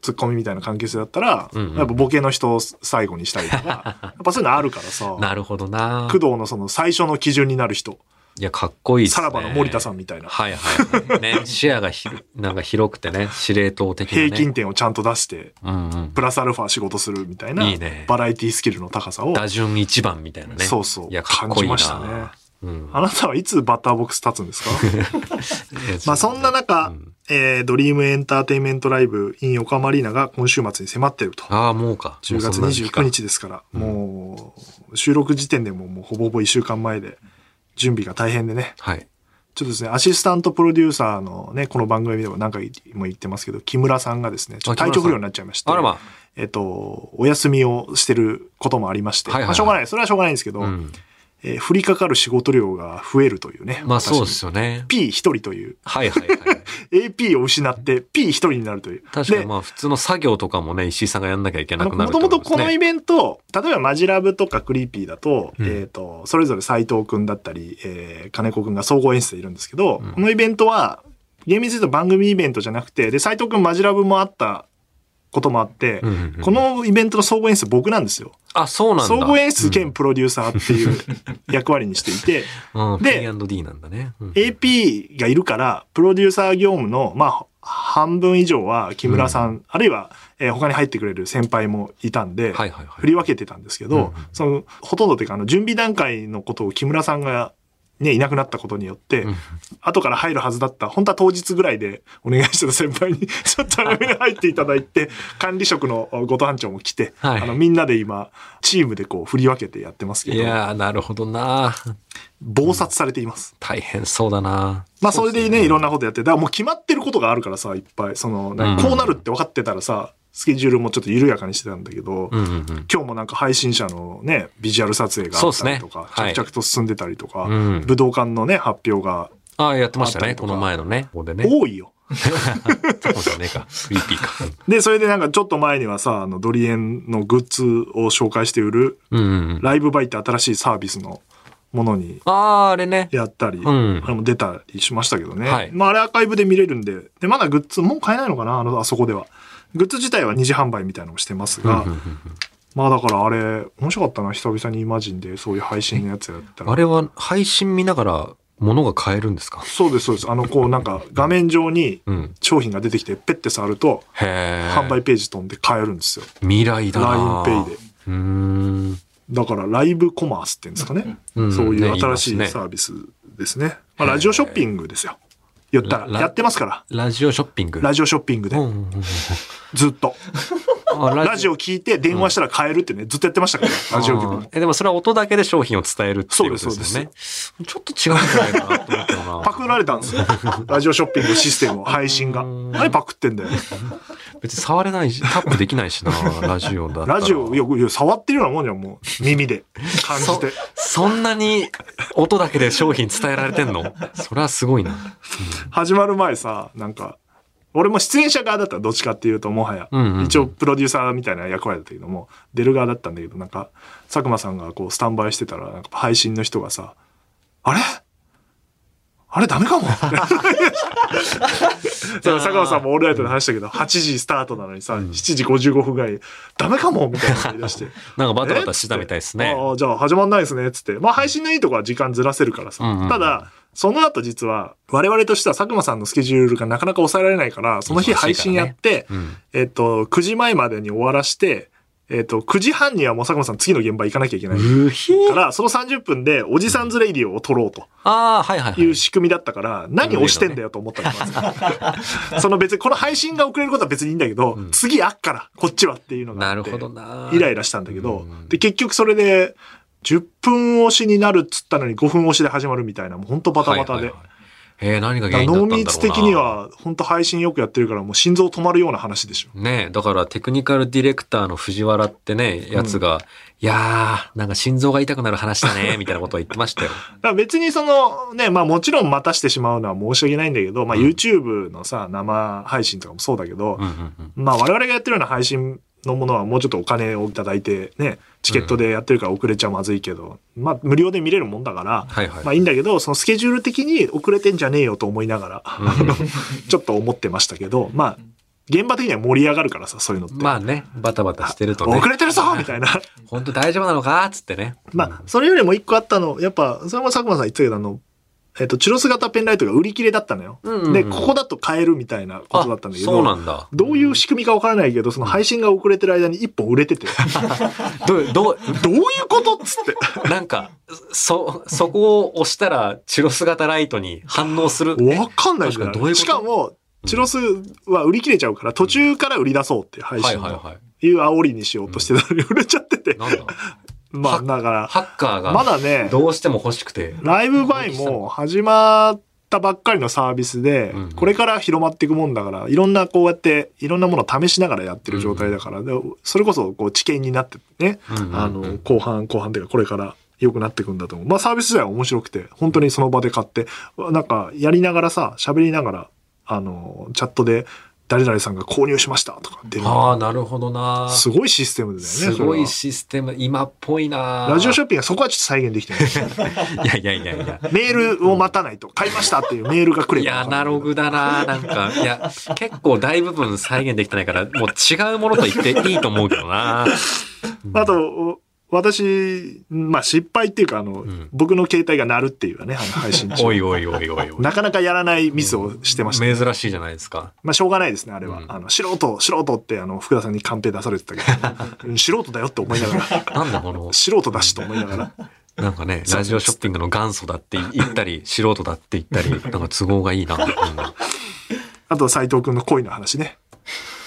[SPEAKER 1] ツッコミみたいな関係性だったら、
[SPEAKER 2] うんうん
[SPEAKER 1] やっぱボケの人を最後にしたりとか、 やっぱそういうのあるからさ、
[SPEAKER 2] なるほどな
[SPEAKER 1] 工。藤のその最初の基準になる人、
[SPEAKER 2] いや、かっこいいですね。
[SPEAKER 1] さらばの森田さんみたいな、
[SPEAKER 2] はいはいはい。ね、視野がひ なんか広くてね、司令塔的な、ね。
[SPEAKER 1] 平均点をちゃんと出して、
[SPEAKER 2] うんうん。
[SPEAKER 1] プラスアルファ仕事するみたいない
[SPEAKER 2] いね、
[SPEAKER 1] バラエティスキルの高さを、
[SPEAKER 2] 打順一番みたいなね。
[SPEAKER 1] そうそう
[SPEAKER 2] いや、かっこいいな。
[SPEAKER 1] 感じましたね
[SPEAKER 2] うん。
[SPEAKER 1] あなたはいつバッターボックス立つん ですかまあそんな中、
[SPEAKER 2] うん
[SPEAKER 1] えードリームエンターテインメントライブ in 横浜アリーナが今週末に迫ってると。
[SPEAKER 2] ああ、もうか。
[SPEAKER 1] 10月29日ですから、
[SPEAKER 2] うん
[SPEAKER 1] もう、収録時点でももうほぼほぼ1週間前で、準備が大変でね。
[SPEAKER 2] はい。
[SPEAKER 1] ちょっとですね、アシスタントプロデューサーのね、この番組でも何回も言ってますけど、木村さんがですね、ちょっと体調不良になっちゃいまして、
[SPEAKER 2] あらま。
[SPEAKER 1] えっと、お休みをしてることもありまして、
[SPEAKER 2] はいはいはい
[SPEAKER 1] まあしょうがない、それはしょうがないんですけど、
[SPEAKER 2] うん。
[SPEAKER 1] えー降りかかる仕事量が増えるというね。
[SPEAKER 2] まあそうで
[SPEAKER 1] 私
[SPEAKER 2] すよね。
[SPEAKER 1] P1 人という、
[SPEAKER 2] はいは いはい。
[SPEAKER 1] AP を失って P1 人になるという。
[SPEAKER 2] 確かに
[SPEAKER 1] で
[SPEAKER 2] まあ普通の作業とかもね、石井さんがやんなきゃいけ
[SPEAKER 1] あ
[SPEAKER 2] な
[SPEAKER 1] の
[SPEAKER 2] くな
[SPEAKER 1] も
[SPEAKER 2] る
[SPEAKER 1] ともとこの
[SPEAKER 2] ね
[SPEAKER 1] イベント、例えばマジラブとかクリーピーだと、
[SPEAKER 2] うん
[SPEAKER 1] えっ、と、それぞれ斎藤くんだったり、えー金子くんが総合演出でいるんですけど、
[SPEAKER 2] うん
[SPEAKER 1] このイベントは、厳密に言うと番組イベントじゃなくて、で、斎藤くんマジラブもあったこともあって、
[SPEAKER 2] うんうんうん
[SPEAKER 1] このイベントの総合演出僕なんですよ。
[SPEAKER 2] あ、そうなんだ。
[SPEAKER 1] 総合演出兼
[SPEAKER 2] う
[SPEAKER 1] プロデューサーっていう役割にしていて、
[SPEAKER 2] ん、うん、
[SPEAKER 1] で
[SPEAKER 2] P&D なんだね。うん、
[SPEAKER 1] AP がいるから、プロデューサー業務の、まあ、半分以上は木村さん、あるいは、えー他に入ってくれる先輩もいたんで、
[SPEAKER 2] はいはいは
[SPEAKER 1] 振
[SPEAKER 2] い。
[SPEAKER 1] り分けてたんですけ
[SPEAKER 2] うんうん
[SPEAKER 1] ど、その、ほとんどというか、あの、準備段階のことを木村さんが、ね、いなくなったことによって、
[SPEAKER 2] うん
[SPEAKER 1] 後から入るはずだった、本当は当日ぐらいでお願いしてた先輩に、 ちょっと早めに入っていただいて、管理職のご班長も来て、
[SPEAKER 2] はい
[SPEAKER 1] あの、みんなで今、チームでこう、振り分けてやってますけ
[SPEAKER 2] い
[SPEAKER 1] ど、
[SPEAKER 2] やー、なるほどな。
[SPEAKER 1] 暴殺されています。
[SPEAKER 2] 大変そうだな。
[SPEAKER 1] まあそれで
[SPEAKER 2] うす
[SPEAKER 1] ね、いろんなことやって、だからもう決まってることがあるからさ、いっぱい。その、なんか
[SPEAKER 2] うん
[SPEAKER 1] こうなるって分かってたらさ、スケジュールもちょっと緩やかにしてたんだけど、
[SPEAKER 2] うんうん
[SPEAKER 1] 今日もなんか配信者のね、ビジュアル撮影があったりと
[SPEAKER 2] そう
[SPEAKER 1] か
[SPEAKER 2] ですね、はい
[SPEAKER 1] 着々と進んでたりとか、
[SPEAKER 2] うん
[SPEAKER 1] 武道館のね、発表が
[SPEAKER 2] うん。ああ、やってました
[SPEAKER 1] あったり
[SPEAKER 2] ね。
[SPEAKER 1] とか
[SPEAKER 2] この前のね。ここでね。
[SPEAKER 1] 多いよ。
[SPEAKER 2] そうじゃ ねえか。クリーピーか。
[SPEAKER 1] で、それでなんかちょっと前にはさ、あの、ドリエンのグッズを紹介して売る、
[SPEAKER 2] うんうんうん。
[SPEAKER 1] ライブバイって新しいサービスのものに
[SPEAKER 2] ああ、あれね。
[SPEAKER 1] やったり、
[SPEAKER 2] うん
[SPEAKER 1] あれも出たりしましたけどね。
[SPEAKER 2] はい
[SPEAKER 1] まあ、あれアーカイブで見れるんで、で、まだグッズ、もう買えないのかなあの、あそこでは。グッズ自体は二次販売みたいなのもしてますが、
[SPEAKER 2] うんうん
[SPEAKER 1] まあだからあれ、面白かったな、久々にイマジンでそういう配信のやつやった
[SPEAKER 2] うん
[SPEAKER 1] ら。
[SPEAKER 2] あれは配信見ながら物が買えるんですか
[SPEAKER 1] そうです、そうです。あの、こうなんか画面上に
[SPEAKER 2] うん。
[SPEAKER 1] 商品が出てきて、ペッて触ると、
[SPEAKER 2] へえ。
[SPEAKER 1] 販売ページ飛んで買えるんですよ。
[SPEAKER 2] 未来だな。
[SPEAKER 1] LINEPay で。
[SPEAKER 2] うーん。
[SPEAKER 1] だからライブコマースって言うんですかね。
[SPEAKER 2] うん
[SPEAKER 1] そうい
[SPEAKER 2] ね
[SPEAKER 1] う新し
[SPEAKER 2] 言いま
[SPEAKER 1] い
[SPEAKER 2] すね
[SPEAKER 1] サービスですね。まあラジオショッピングですよ。言ったら、
[SPEAKER 2] ラ
[SPEAKER 1] やってますから。
[SPEAKER 2] ラジオショッピング。
[SPEAKER 1] ラジオショッピングで
[SPEAKER 2] う、んうんうん
[SPEAKER 1] ずっと。
[SPEAKER 2] あ
[SPEAKER 1] ラジオ聞いて電話したら買えるってね、ずっとやってましたから、ラジオ局
[SPEAKER 2] あー
[SPEAKER 1] で。
[SPEAKER 2] え、でもそれは音だけで商品を伝えるっていうことですよね。ちょっと違うんじゃないかなと思ったよ
[SPEAKER 1] パ
[SPEAKER 2] な。
[SPEAKER 1] クられたん ですよ。ラジオショッピングシステムを、配信が。
[SPEAKER 2] うん
[SPEAKER 1] 何パクってんだよ。
[SPEAKER 2] 別に触れないし、タップできないしな、ラジオだったら
[SPEAKER 1] ラジオ、いや、いや触ってるようなもんじゃん、もう。耳で。感じて。
[SPEAKER 2] そんなに音だけで商品伝えられてんのそれはすごいな。
[SPEAKER 1] 始まる前さ、なんか、俺も出演者側だったらどっちかっていうと、もはや。
[SPEAKER 2] うんうんうん
[SPEAKER 1] 一応、プロデューサーみたいな役割だったけども、出る側だったんだけど、なんか、佐久間さんがこう、スタンバイしてたら、なんか配信の人がさ、あれあれダメ かも。そう佐川さんもオールライトで話したけど、8時スタートなのにさ、
[SPEAKER 2] うん
[SPEAKER 1] 7時55分ぐらいに、ダメかもみたいなこと言い出して。
[SPEAKER 2] なんかバタバタしてたみたいですね。
[SPEAKER 1] ああ、じゃあ始まんないですね、つって。まあ配信のいいとこは時間ずらせるからさ。
[SPEAKER 2] うんうん
[SPEAKER 1] ただ、その後実は、我々としては佐久間さんのスケジュールがなかなか抑えられないから、その日配信やって、
[SPEAKER 2] うん。
[SPEAKER 1] えっと、9時前までに終わらして、えっと、9時半にはもう佐久間さん次の現場行かなきゃいけない。か
[SPEAKER 2] うひ
[SPEAKER 1] ら、その30分で、おじさんズレイディオを撮ろうと
[SPEAKER 2] ああ、はいはいはいい。
[SPEAKER 1] う仕組みだったから、何押してんだよと思ったのまず その別に、この配信が遅れることは別にいいんだけど、
[SPEAKER 2] うん
[SPEAKER 1] 次あっから、こっちはっていうのが
[SPEAKER 2] な
[SPEAKER 1] あ
[SPEAKER 2] る
[SPEAKER 1] って。
[SPEAKER 2] ほどな。
[SPEAKER 1] イライラしたんだけど、
[SPEAKER 2] うん
[SPEAKER 1] で、結局それで、10分押しになるっつったのに5分押しで始まるみたいな、もうほんとバタバタで。
[SPEAKER 2] はいはいはいえー、何が
[SPEAKER 1] だか
[SPEAKER 2] 原
[SPEAKER 1] ら濃
[SPEAKER 2] 因だったんだろうな。
[SPEAKER 1] 密的に。は、ほんと配信よくやってるから、もう心臓止まるような話でしょ。
[SPEAKER 2] ねえだからテクニカルディレクターの藤原ってね、やつが、いやー、なんか心臓が痛くなる話 だね、みたいなことを言ってましたよ。
[SPEAKER 1] だから別にその、ね、まあもちろん待たしてしまうのは申し訳ないんだけど、まあ
[SPEAKER 2] うん
[SPEAKER 1] YouTube のさ、生配信とかもそうだけど
[SPEAKER 2] う、んうんうん。
[SPEAKER 1] まあ我々がやってるような配信のものはもうちょっとお金をいただいて、ね、チケットでやってるから遅れちゃまずいけど、まあ無料で見れるもんだから、
[SPEAKER 2] はいはい。
[SPEAKER 1] まあいいんだけど、そのスケジュール的に遅れてんじゃねえよと思いながら、
[SPEAKER 2] うん
[SPEAKER 1] ちょっと思ってましたけど、まあ、現場的には盛り上がるからさ、そういうのって。
[SPEAKER 2] まあね、バタバタしてるとね
[SPEAKER 1] 遅。れてるぞみたいな。
[SPEAKER 2] 本当大丈夫なのかつってね。
[SPEAKER 1] まあ、それよりも一個あったの、やっぱ、それも佐久間さん言ってたけど、あの、えっと、チュロス型ペンライトが売り切れだったのよ。
[SPEAKER 2] うんうんうん
[SPEAKER 1] で、ここだと買えるみたいな
[SPEAKER 2] あ、
[SPEAKER 1] ことだったんだけ
[SPEAKER 2] そう
[SPEAKER 1] ど、
[SPEAKER 2] なんだ。
[SPEAKER 1] どういう仕組みかわからないけど、その配信が遅れてる間に一本売れて て、
[SPEAKER 2] ど、どう、
[SPEAKER 1] どういうことっつって。
[SPEAKER 2] なんか、そ、そこを押したら、チュロス型ライトに反応する。
[SPEAKER 1] わかんないじゃ
[SPEAKER 2] 確かにどういうこ
[SPEAKER 1] し
[SPEAKER 2] と
[SPEAKER 1] かも、チュロスは売り切れちゃうから、途中から売り出そうっていう配
[SPEAKER 2] はい
[SPEAKER 1] 信
[SPEAKER 2] はい
[SPEAKER 1] を
[SPEAKER 2] はい。
[SPEAKER 1] いう煽りにしようとしてたのに売れちゃってて。
[SPEAKER 2] なんだ
[SPEAKER 1] まあ、だか
[SPEAKER 2] ハッカー
[SPEAKER 1] ら、ま
[SPEAKER 2] が、
[SPEAKER 1] だね、
[SPEAKER 2] どうしても欲しくて。
[SPEAKER 1] ライブバイも始まったばっかりのサービスで
[SPEAKER 2] うん、
[SPEAKER 1] これから広まっていくもんだから、いろんなこうやって、いろんなものを試しながらやってる状態だから、でそれこそ、こう、知見になってね、
[SPEAKER 2] うんうんうん
[SPEAKER 1] あの、後半、後半というか、これから良くなっていくんだと思う。まあ、サービス自体は面白くて、本当にその場で買って、なんか、やりながらさ、喋りながら、あの、チャットで、誰々さんが購入しましたとかっていうの
[SPEAKER 2] ああ、なるほどな。
[SPEAKER 1] すごいシステムだよね。
[SPEAKER 2] す
[SPEAKER 1] それは
[SPEAKER 2] ごいシステム、今っぽいな。
[SPEAKER 1] ラジオショッピングはそこはちょっと再現できてない。
[SPEAKER 2] いやいやいやいや。
[SPEAKER 1] メールを待たないと、買いましたっていうメールが来れば。
[SPEAKER 2] いや、アナログだな。なんか、いや、結構大部分再現できてないから、もう違うものと言っていいと思うけどな。
[SPEAKER 1] あと、私、まあ失敗っていうか、あの、
[SPEAKER 2] ん
[SPEAKER 1] 僕の携帯が鳴るっていうかね、あの配信中。
[SPEAKER 2] おいおいおいおいおい。
[SPEAKER 1] なかなかやらないミスをしてました。
[SPEAKER 2] 珍しいじゃないですか。
[SPEAKER 1] まあしょうがないですね、あれは。
[SPEAKER 2] うん
[SPEAKER 1] あの、素人、素人って、あの、福田さんにカンペ出されてたけ ど、うん素人だよって思いながら、
[SPEAKER 2] なんだこの、
[SPEAKER 1] 素人だしと思いながら。
[SPEAKER 2] なんかね、ラジオショッピングの元祖だって言ったり、素人だって言ったり、なんか都合がいいな。
[SPEAKER 1] あと、斎藤くんの恋の話ね。
[SPEAKER 2] うん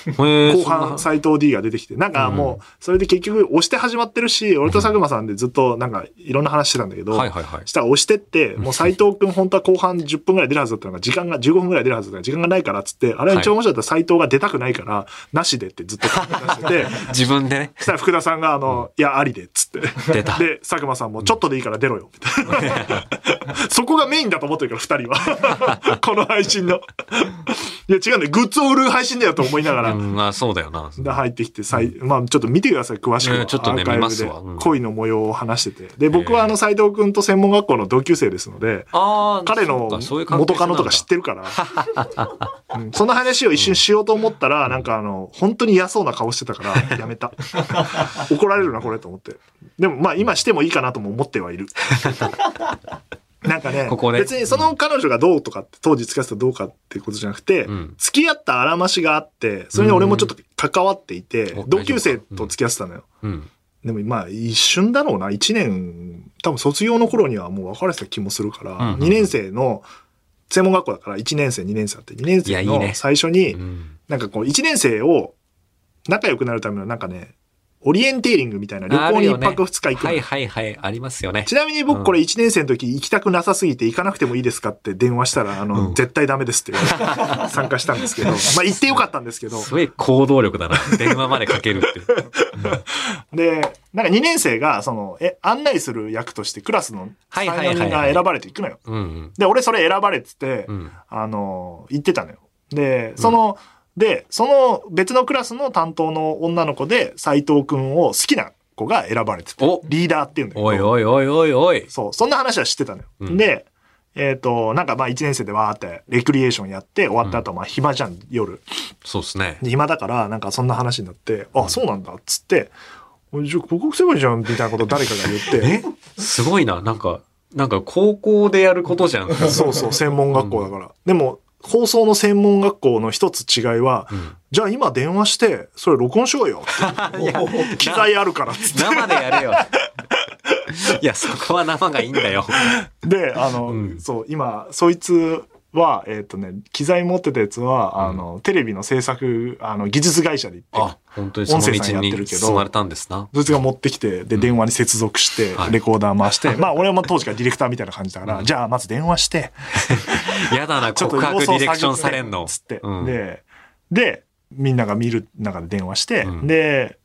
[SPEAKER 2] へー
[SPEAKER 1] 後半、
[SPEAKER 2] そんな
[SPEAKER 1] 斎藤 D が出てきて、なんかもう、それで結局、押して始まってるし、俺と佐久間さんでずっと、なんか、いろんな話してたんだけど、
[SPEAKER 2] はいはいはい。
[SPEAKER 1] したら押してって、もう斎藤くん本当は後半10分ぐらい出るはずだったのが、時間が、15分ぐらい出るはずだったのが、時間がないからっつって、あれは一応面白かった斎藤が出たくないから、なしでってずっと考え出してて、
[SPEAKER 2] 自分でね、
[SPEAKER 1] そしたら福田さんが、あの、いや、ありでっつって。
[SPEAKER 2] 出た。
[SPEAKER 1] で、佐久間さんも、ちょっとでいいから出ろよ、みたい な。そこがメインだと思ってるから、二人は。 この配信の。いや、違うんだよ。グッズを売る配信だよと思いながら
[SPEAKER 2] う。ん、あそうだよな。
[SPEAKER 1] で入ってきて、さいまあ、ちょっと見てください、詳しくは、
[SPEAKER 2] ねちょっとね
[SPEAKER 1] アーカイ
[SPEAKER 2] 見
[SPEAKER 1] ブ
[SPEAKER 2] ます
[SPEAKER 1] で
[SPEAKER 2] わうん
[SPEAKER 1] 恋の模様を話してて。で、僕はあ
[SPEAKER 2] へ
[SPEAKER 1] の、
[SPEAKER 2] え
[SPEAKER 1] 斎藤くんと専門学校の同級生ですので、
[SPEAKER 2] ああ、
[SPEAKER 1] 彼の
[SPEAKER 2] そうかそういう関係
[SPEAKER 1] 元
[SPEAKER 2] 性
[SPEAKER 1] カノとか知ってるから、うんその話を一瞬しようと思ったら、なんかあの、本当に嫌そうな顔してた から、やめた。怒られるな、これと思って。でもまあ、今してもいいかなとも思って はいる。なんかね、
[SPEAKER 2] ここね
[SPEAKER 1] 別にその彼女がどうとかって、当時付き合ってたどうかっていうことじゃなくて、
[SPEAKER 2] うん
[SPEAKER 1] 付き合ったあらましがあって、それに俺もちょっと関わっていて、
[SPEAKER 2] うん
[SPEAKER 1] 同級生と付き合ってたのよ。
[SPEAKER 2] なんだ。うん。
[SPEAKER 1] でもまあ一瞬だろうな1年多分卒業の頃にはもう別れてた気もするから、
[SPEAKER 2] うんうん
[SPEAKER 1] 2年生の専門学校だから1年生2年生あって2年
[SPEAKER 2] いや
[SPEAKER 1] 生
[SPEAKER 2] いいね
[SPEAKER 1] の最初に
[SPEAKER 2] うん
[SPEAKER 1] なんかこう1年生を仲良くなるためのなんかねオリエンテーリングみたいな旅行に1泊2日行くの
[SPEAKER 2] はいはいはい、ありますよね。
[SPEAKER 1] ちなみに僕これ1年生の時行きたくなさすぎて行かなくてもいいですかって電話したら、あの、
[SPEAKER 2] うん
[SPEAKER 1] 絶対ダメですって言わ れて参加したんですけど、まあ行ってよかったんですけど、
[SPEAKER 2] すごい行動力だな。 電話までかけるって。
[SPEAKER 1] で、なんか2年生が、その、え、案内する役としてクラスの
[SPEAKER 2] はい
[SPEAKER 1] 3、
[SPEAKER 2] はいはいはい
[SPEAKER 1] 4人が選ばれていくのよ。
[SPEAKER 2] うんうん。
[SPEAKER 1] で、俺それ選ばれてて、
[SPEAKER 2] うん。
[SPEAKER 1] あの、行ってたのよ。で、その、で、その別のクラスの担当の女の子で、斎藤くんを好きな子が選ばれてて
[SPEAKER 2] お、
[SPEAKER 1] リーダーっていうんだけど、
[SPEAKER 2] おいおいおいおいおい。
[SPEAKER 1] そう、そんな話は知ってたのよ。
[SPEAKER 2] うん
[SPEAKER 1] で、えっ、と、なんかまあ1年生でわーってレクリエーションやって終わった後はまあ暇じゃん、夜。
[SPEAKER 2] そうですね。
[SPEAKER 1] で暇だから、なんかそんな話になって、あ、そうなんだっつって、おいじゃあ広告すればいいじゃんみたいなことを誰かが言って、
[SPEAKER 2] えすごいな。なんか、なんか高校でやることじゃ ん。うん。
[SPEAKER 1] そうそう、専門学校だから。でも、放送の専門学校の一つ違いは、じゃあ今電話して、それ録音しようよ って。機材あるからっつって。
[SPEAKER 2] 生でやれよ。いや、そこは生がいいんだよ。
[SPEAKER 1] で、あの、
[SPEAKER 2] うん
[SPEAKER 1] そう、今、そいつは、えっ、とね、機材持ってたやつは、あの、テレビの制作、あの、技術会社で行って
[SPEAKER 2] あ、、本当にその
[SPEAKER 1] 音声さんや
[SPEAKER 2] 道
[SPEAKER 1] ってる
[SPEAKER 2] に
[SPEAKER 1] けど
[SPEAKER 2] 進まれたんですな。
[SPEAKER 1] そいつが持ってきて、で、電話に接続して
[SPEAKER 2] は、い
[SPEAKER 1] レコーダー回して、 まあ、俺はもう当時からディレクターみたいな感じだから、じゃあ、まず電話し て、
[SPEAKER 2] やだな、
[SPEAKER 1] ちょっと
[SPEAKER 2] 告白ディレクションされん
[SPEAKER 1] ん
[SPEAKER 2] の。
[SPEAKER 1] つって
[SPEAKER 2] う。ん
[SPEAKER 1] で、で、みんなが見る中で電話して
[SPEAKER 2] う、ん
[SPEAKER 1] で、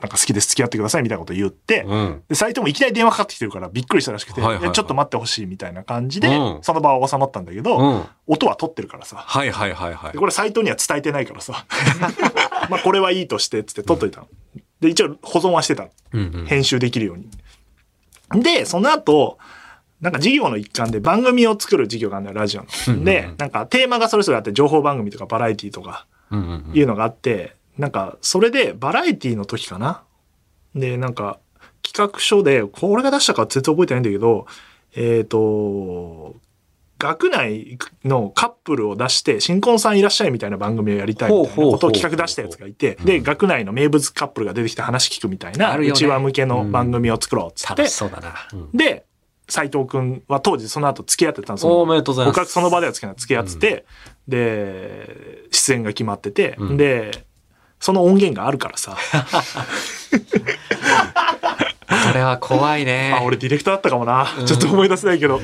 [SPEAKER 1] なんか好きです、付き合ってくださいみたいなこと言って、
[SPEAKER 2] うん。
[SPEAKER 1] で、サイトもいきなり電話かかってきてるからびっくりしたらしくて、
[SPEAKER 2] はいはいはい
[SPEAKER 1] でちょっと待ってほしいみたいな感じで
[SPEAKER 2] うん、
[SPEAKER 1] その場は収まったんだけ
[SPEAKER 2] う
[SPEAKER 1] ど、
[SPEAKER 2] ん。
[SPEAKER 1] 音は取ってるからさ、
[SPEAKER 2] はいはいはいは
[SPEAKER 1] で
[SPEAKER 2] い。
[SPEAKER 1] これサイトには伝えてないからさ、 まあ、これはいいとして、つって取っといたの。で、一応保存はしてたの。
[SPEAKER 2] うんうん。
[SPEAKER 1] 編集できるように。で、その後、なんか事業の一環で番組を作る事業があるんだよ、ラジオ
[SPEAKER 2] うんう
[SPEAKER 1] の。
[SPEAKER 2] ん
[SPEAKER 1] で、なんかテーマがそれぞれあって、情報番組とかバラエティとか
[SPEAKER 2] うんうんうん
[SPEAKER 1] いうのがあって、なんかそれでバラエティの時かな。で、なんか企画書で、これが出したか全然覚えてないんだけど、えっ、と、学内のカップルを出して、新婚さんいらっしゃいみたいな番組をやりたいみたいなことを企画出したやつがいて、で、学内の名物カップルが出てきて話聞くみたいな、
[SPEAKER 2] あるよ
[SPEAKER 1] う
[SPEAKER 2] ね
[SPEAKER 1] ちわ向けの番組を作ろうっつって
[SPEAKER 2] 楽し、そうだな。うん
[SPEAKER 1] で、斎藤くんは当時その後付き合ってたんです
[SPEAKER 2] おめでとうございます
[SPEAKER 1] 僕はその場では付き合って付き合ってて、で、出演が決まってて、
[SPEAKER 2] うん
[SPEAKER 1] で、その音源があるから さ、
[SPEAKER 2] それは怖いね。
[SPEAKER 1] あ、俺ディレクターだったかもな
[SPEAKER 2] う。ん
[SPEAKER 1] ちょっと思い出せないけど、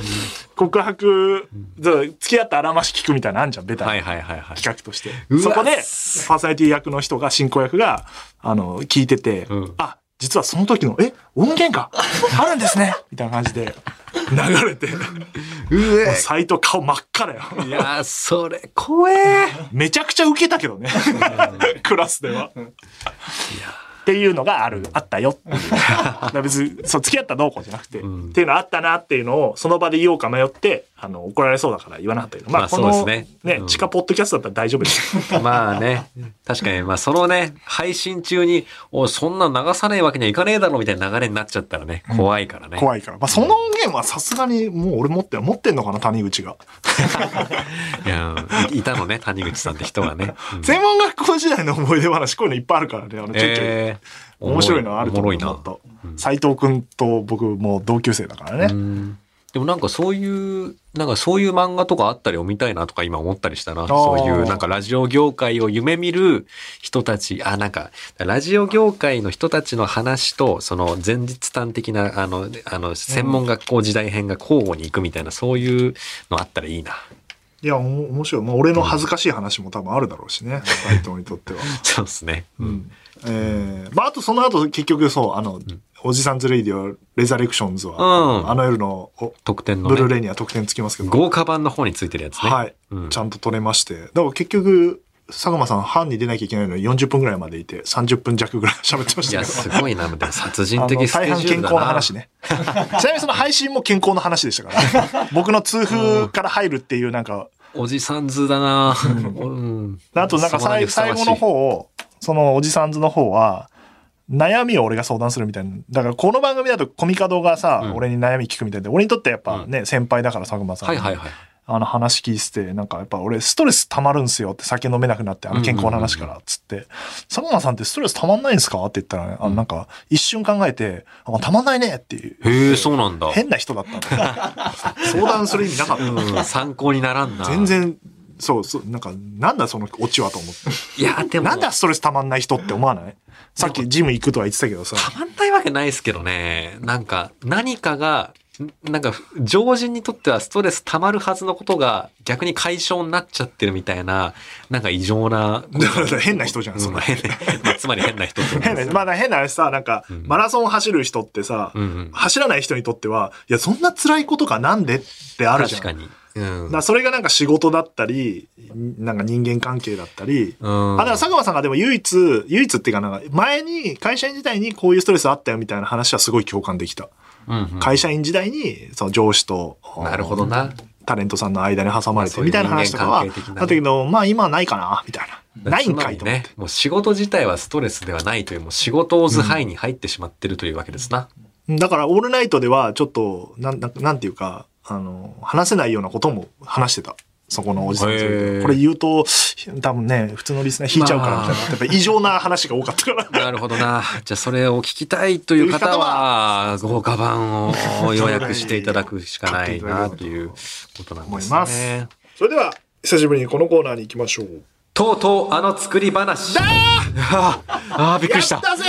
[SPEAKER 1] 告白、じゃあ付き合ったあらまし聞くみたいなのあんじゃん、ベタ
[SPEAKER 2] は
[SPEAKER 1] ない
[SPEAKER 2] はいはいはい。
[SPEAKER 1] 企画として
[SPEAKER 2] う。わ
[SPEAKER 1] そこで、パーソナリティ役の人が、進行役が、あの、聞いてて
[SPEAKER 2] うん、
[SPEAKER 1] あ、実はその時の、え、音源があるんですねみたいな感じで、流 れて、
[SPEAKER 2] うえ
[SPEAKER 1] 斎藤顔真っ赤だよ。
[SPEAKER 2] いやー、それ、怖え。
[SPEAKER 1] めちゃくちゃウケたけどね。クラスでは。っていうのがある、あったよっていう。だから別に、そう、付き合ったどうこうじゃなくて、
[SPEAKER 2] うん
[SPEAKER 1] っていうのあったなっていうのを、その場で言おうか迷って、あの、怒られそうだから言わなかったけど、まあ、
[SPEAKER 2] まあ
[SPEAKER 1] この、
[SPEAKER 2] そうで
[SPEAKER 1] ね
[SPEAKER 2] すねうん
[SPEAKER 1] 地下ポッドキャストだったら大丈夫です。
[SPEAKER 2] まあね、確かに、まあそのね、配信中に、おいそんな流さねえわけにはいかねえだろ、みたいな流れになっちゃったらね、怖いからね。
[SPEAKER 1] 怖いから。まあ、その音源はさすがに、もう俺持ってる、持ってんのかな、谷口が。
[SPEAKER 2] いやーいいたのね、谷口さんって人 がね。うん
[SPEAKER 1] 専門学校時代の思い出話、こういうのいっぱいあるからね、あの、ちょいちょい。
[SPEAKER 2] えー
[SPEAKER 1] 面白いのはあると思う。
[SPEAKER 2] おも
[SPEAKER 1] も
[SPEAKER 2] ろ
[SPEAKER 1] っ
[SPEAKER 2] いな
[SPEAKER 1] と。斎藤くんと僕もう同級生だからね。
[SPEAKER 2] うんでもなんかそういう、なんかそういう漫画とかあったりを見たいなとか今思ったりしたな。そういうなんかラジオ業界を夢見る人たち、あ、なんか、ラジオ業界の人たちの話と、その前日端的な、あの、あの、専門学校時代編が交互に行くみたいな、そういうのあったらいいな。
[SPEAKER 1] いや、おも面白い。まあ、俺の恥ずかしい話も多分あるだろうしね。斎藤にとっては。
[SPEAKER 2] そうですね。
[SPEAKER 1] うん。えー、まあ、あとその後、結局そう、あの、おじさんズレイディオ、レザレクションズは、
[SPEAKER 2] うん
[SPEAKER 1] あの夜のお
[SPEAKER 2] 特典の、
[SPEAKER 1] ブルー
[SPEAKER 2] ね、
[SPEAKER 1] レイには特典つきますけど、
[SPEAKER 2] 豪華版の方についてるやつね。
[SPEAKER 1] はい、
[SPEAKER 2] うん
[SPEAKER 1] ちゃんと取れまして。だから結局、佐久間さん、班に出なきゃいけないのに40分ぐらいまでいて、30分弱ぐらい 喋ってまし
[SPEAKER 2] い
[SPEAKER 1] た
[SPEAKER 2] や、
[SPEAKER 1] けど。
[SPEAKER 2] すごいな、でも殺
[SPEAKER 1] あ
[SPEAKER 2] 人
[SPEAKER 1] の
[SPEAKER 2] 的スケ
[SPEAKER 1] 大
[SPEAKER 2] ジュ
[SPEAKER 1] 半
[SPEAKER 2] ールだな。
[SPEAKER 1] 健康な話ね。 ちなみにその配信も健康の話でしたから、僕の痛風から入るっていうなんか、
[SPEAKER 2] おじさんずだな、うん、
[SPEAKER 1] あとなんか最
[SPEAKER 2] その
[SPEAKER 1] 最
[SPEAKER 2] 名にふ
[SPEAKER 1] 後
[SPEAKER 2] さ
[SPEAKER 1] の
[SPEAKER 2] わしい
[SPEAKER 1] 方を、そのおじさんずの方は、悩みを俺が相談するみたいな。だからこの番組だとコミカドがさ、
[SPEAKER 2] うん
[SPEAKER 1] 俺に悩み聞くみたいで、俺にとってやっぱね、先輩だから佐久間さん。
[SPEAKER 2] はいはいはい。
[SPEAKER 1] あの話聞いてて、なんかやっぱ俺ストレス溜まるんすよって酒飲めなくなって、あの健康の話からっつって、佐久間さんってストレス溜まんないんですかって言ったらね、あのなんか一瞬考えて、あ溜まんないねっていう、
[SPEAKER 2] へえ、そうなんだ。
[SPEAKER 1] 変な人だったの。 相談する意味なかったの。
[SPEAKER 2] うん、参考にならんな。
[SPEAKER 1] 全。然、そうそう、なんか、なんだそのオチはと思って。
[SPEAKER 2] いや、でも、
[SPEAKER 1] なんだストレスたまんない人って思わないさっきジム行くとは言ってたけどさ。
[SPEAKER 2] たまんないわけないですけどね。なんか、何かが、んなんか、常人にとってはストレス溜まるはずのことが逆に解消になっちゃってるみたいな、なんか異常な。
[SPEAKER 1] だから変な人じゃん、そ
[SPEAKER 2] うん
[SPEAKER 1] の。
[SPEAKER 2] 変な、まあつまり変な人ってこと
[SPEAKER 1] 変
[SPEAKER 2] で
[SPEAKER 1] な、
[SPEAKER 2] す
[SPEAKER 1] まあ、だから変な話さ、なんか、
[SPEAKER 2] ん
[SPEAKER 1] マラソン走る人ってさ、
[SPEAKER 2] うんうん
[SPEAKER 1] 走らない人にとっては、いや、そんな辛いことかなんでってあるじゃん。
[SPEAKER 2] 確かに。うん。
[SPEAKER 1] だからそれがなんか仕事だったり、なんか人間関係だったり、
[SPEAKER 2] うん
[SPEAKER 1] あ、だから佐久間さんがでも唯一、唯一っていうかなんか、前に会社員時代にこういうストレスあったよみたいな話はすごい共感できた。
[SPEAKER 2] うんうん
[SPEAKER 1] 会社員時代に、その上司と、
[SPEAKER 2] なるほどな。
[SPEAKER 1] 高タレントさんの間に挟まれてみたいな話とかは
[SPEAKER 2] まあそういう人間関係的なね
[SPEAKER 1] だったけど、まあ今はないかな、みたいな。ないんかい
[SPEAKER 2] つ
[SPEAKER 1] と
[SPEAKER 2] ま
[SPEAKER 1] 思
[SPEAKER 2] り
[SPEAKER 1] っ
[SPEAKER 2] ね
[SPEAKER 1] て。。
[SPEAKER 2] もう仕事自体はストレスではないという、もう仕事を図範囲に入ってしまってるというわけですな。
[SPEAKER 1] だから、オールナイトでは、ちょっと、なん、なんなんていうか、あの、話せないようなことも話してた。そこのおじさんという
[SPEAKER 2] へー
[SPEAKER 1] かこれ言うと、多分ね、普通のリスナー引いちゃうからみたいな。
[SPEAKER 2] まあ
[SPEAKER 1] やっぱ異常な話が多かった から。
[SPEAKER 2] なるほどな。じゃあそれを聞きたいという方は、豪華版を予約していただくしかないなということなんです
[SPEAKER 1] 思いま
[SPEAKER 2] ね
[SPEAKER 1] す。それでは、久しぶりにこのコーナーに行きましょう。
[SPEAKER 2] とうとうあの作り話。ああー、びっくりし
[SPEAKER 1] や
[SPEAKER 2] た
[SPEAKER 1] っ。た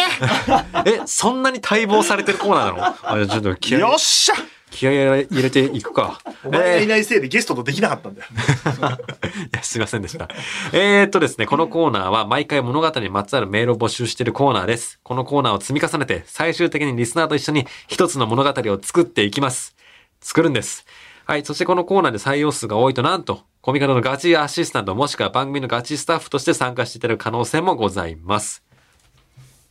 [SPEAKER 1] ぜ
[SPEAKER 2] え、そんなに待望されてるコーナーなのあ、ちょっと気合
[SPEAKER 1] よ
[SPEAKER 2] い
[SPEAKER 1] っしゃ
[SPEAKER 2] 気合い入れていくか。
[SPEAKER 1] お前がい
[SPEAKER 2] え
[SPEAKER 1] ないせいでゲストとできなかったんだよ。
[SPEAKER 2] ーいや すいませんでした。えーっとですね、このコーナーは毎回物語にまつわるメールを募集しているコーナーです。このコーナーを積み重ねて、最終的にリスナーと一緒に一つの物語を作っていきます。作るんです。はい。そしてこのコーナーで採用数が多いとなんと、コミカドのガチアシスタントもしくは番組のガチスタッフとして参加していただく可能性もございます。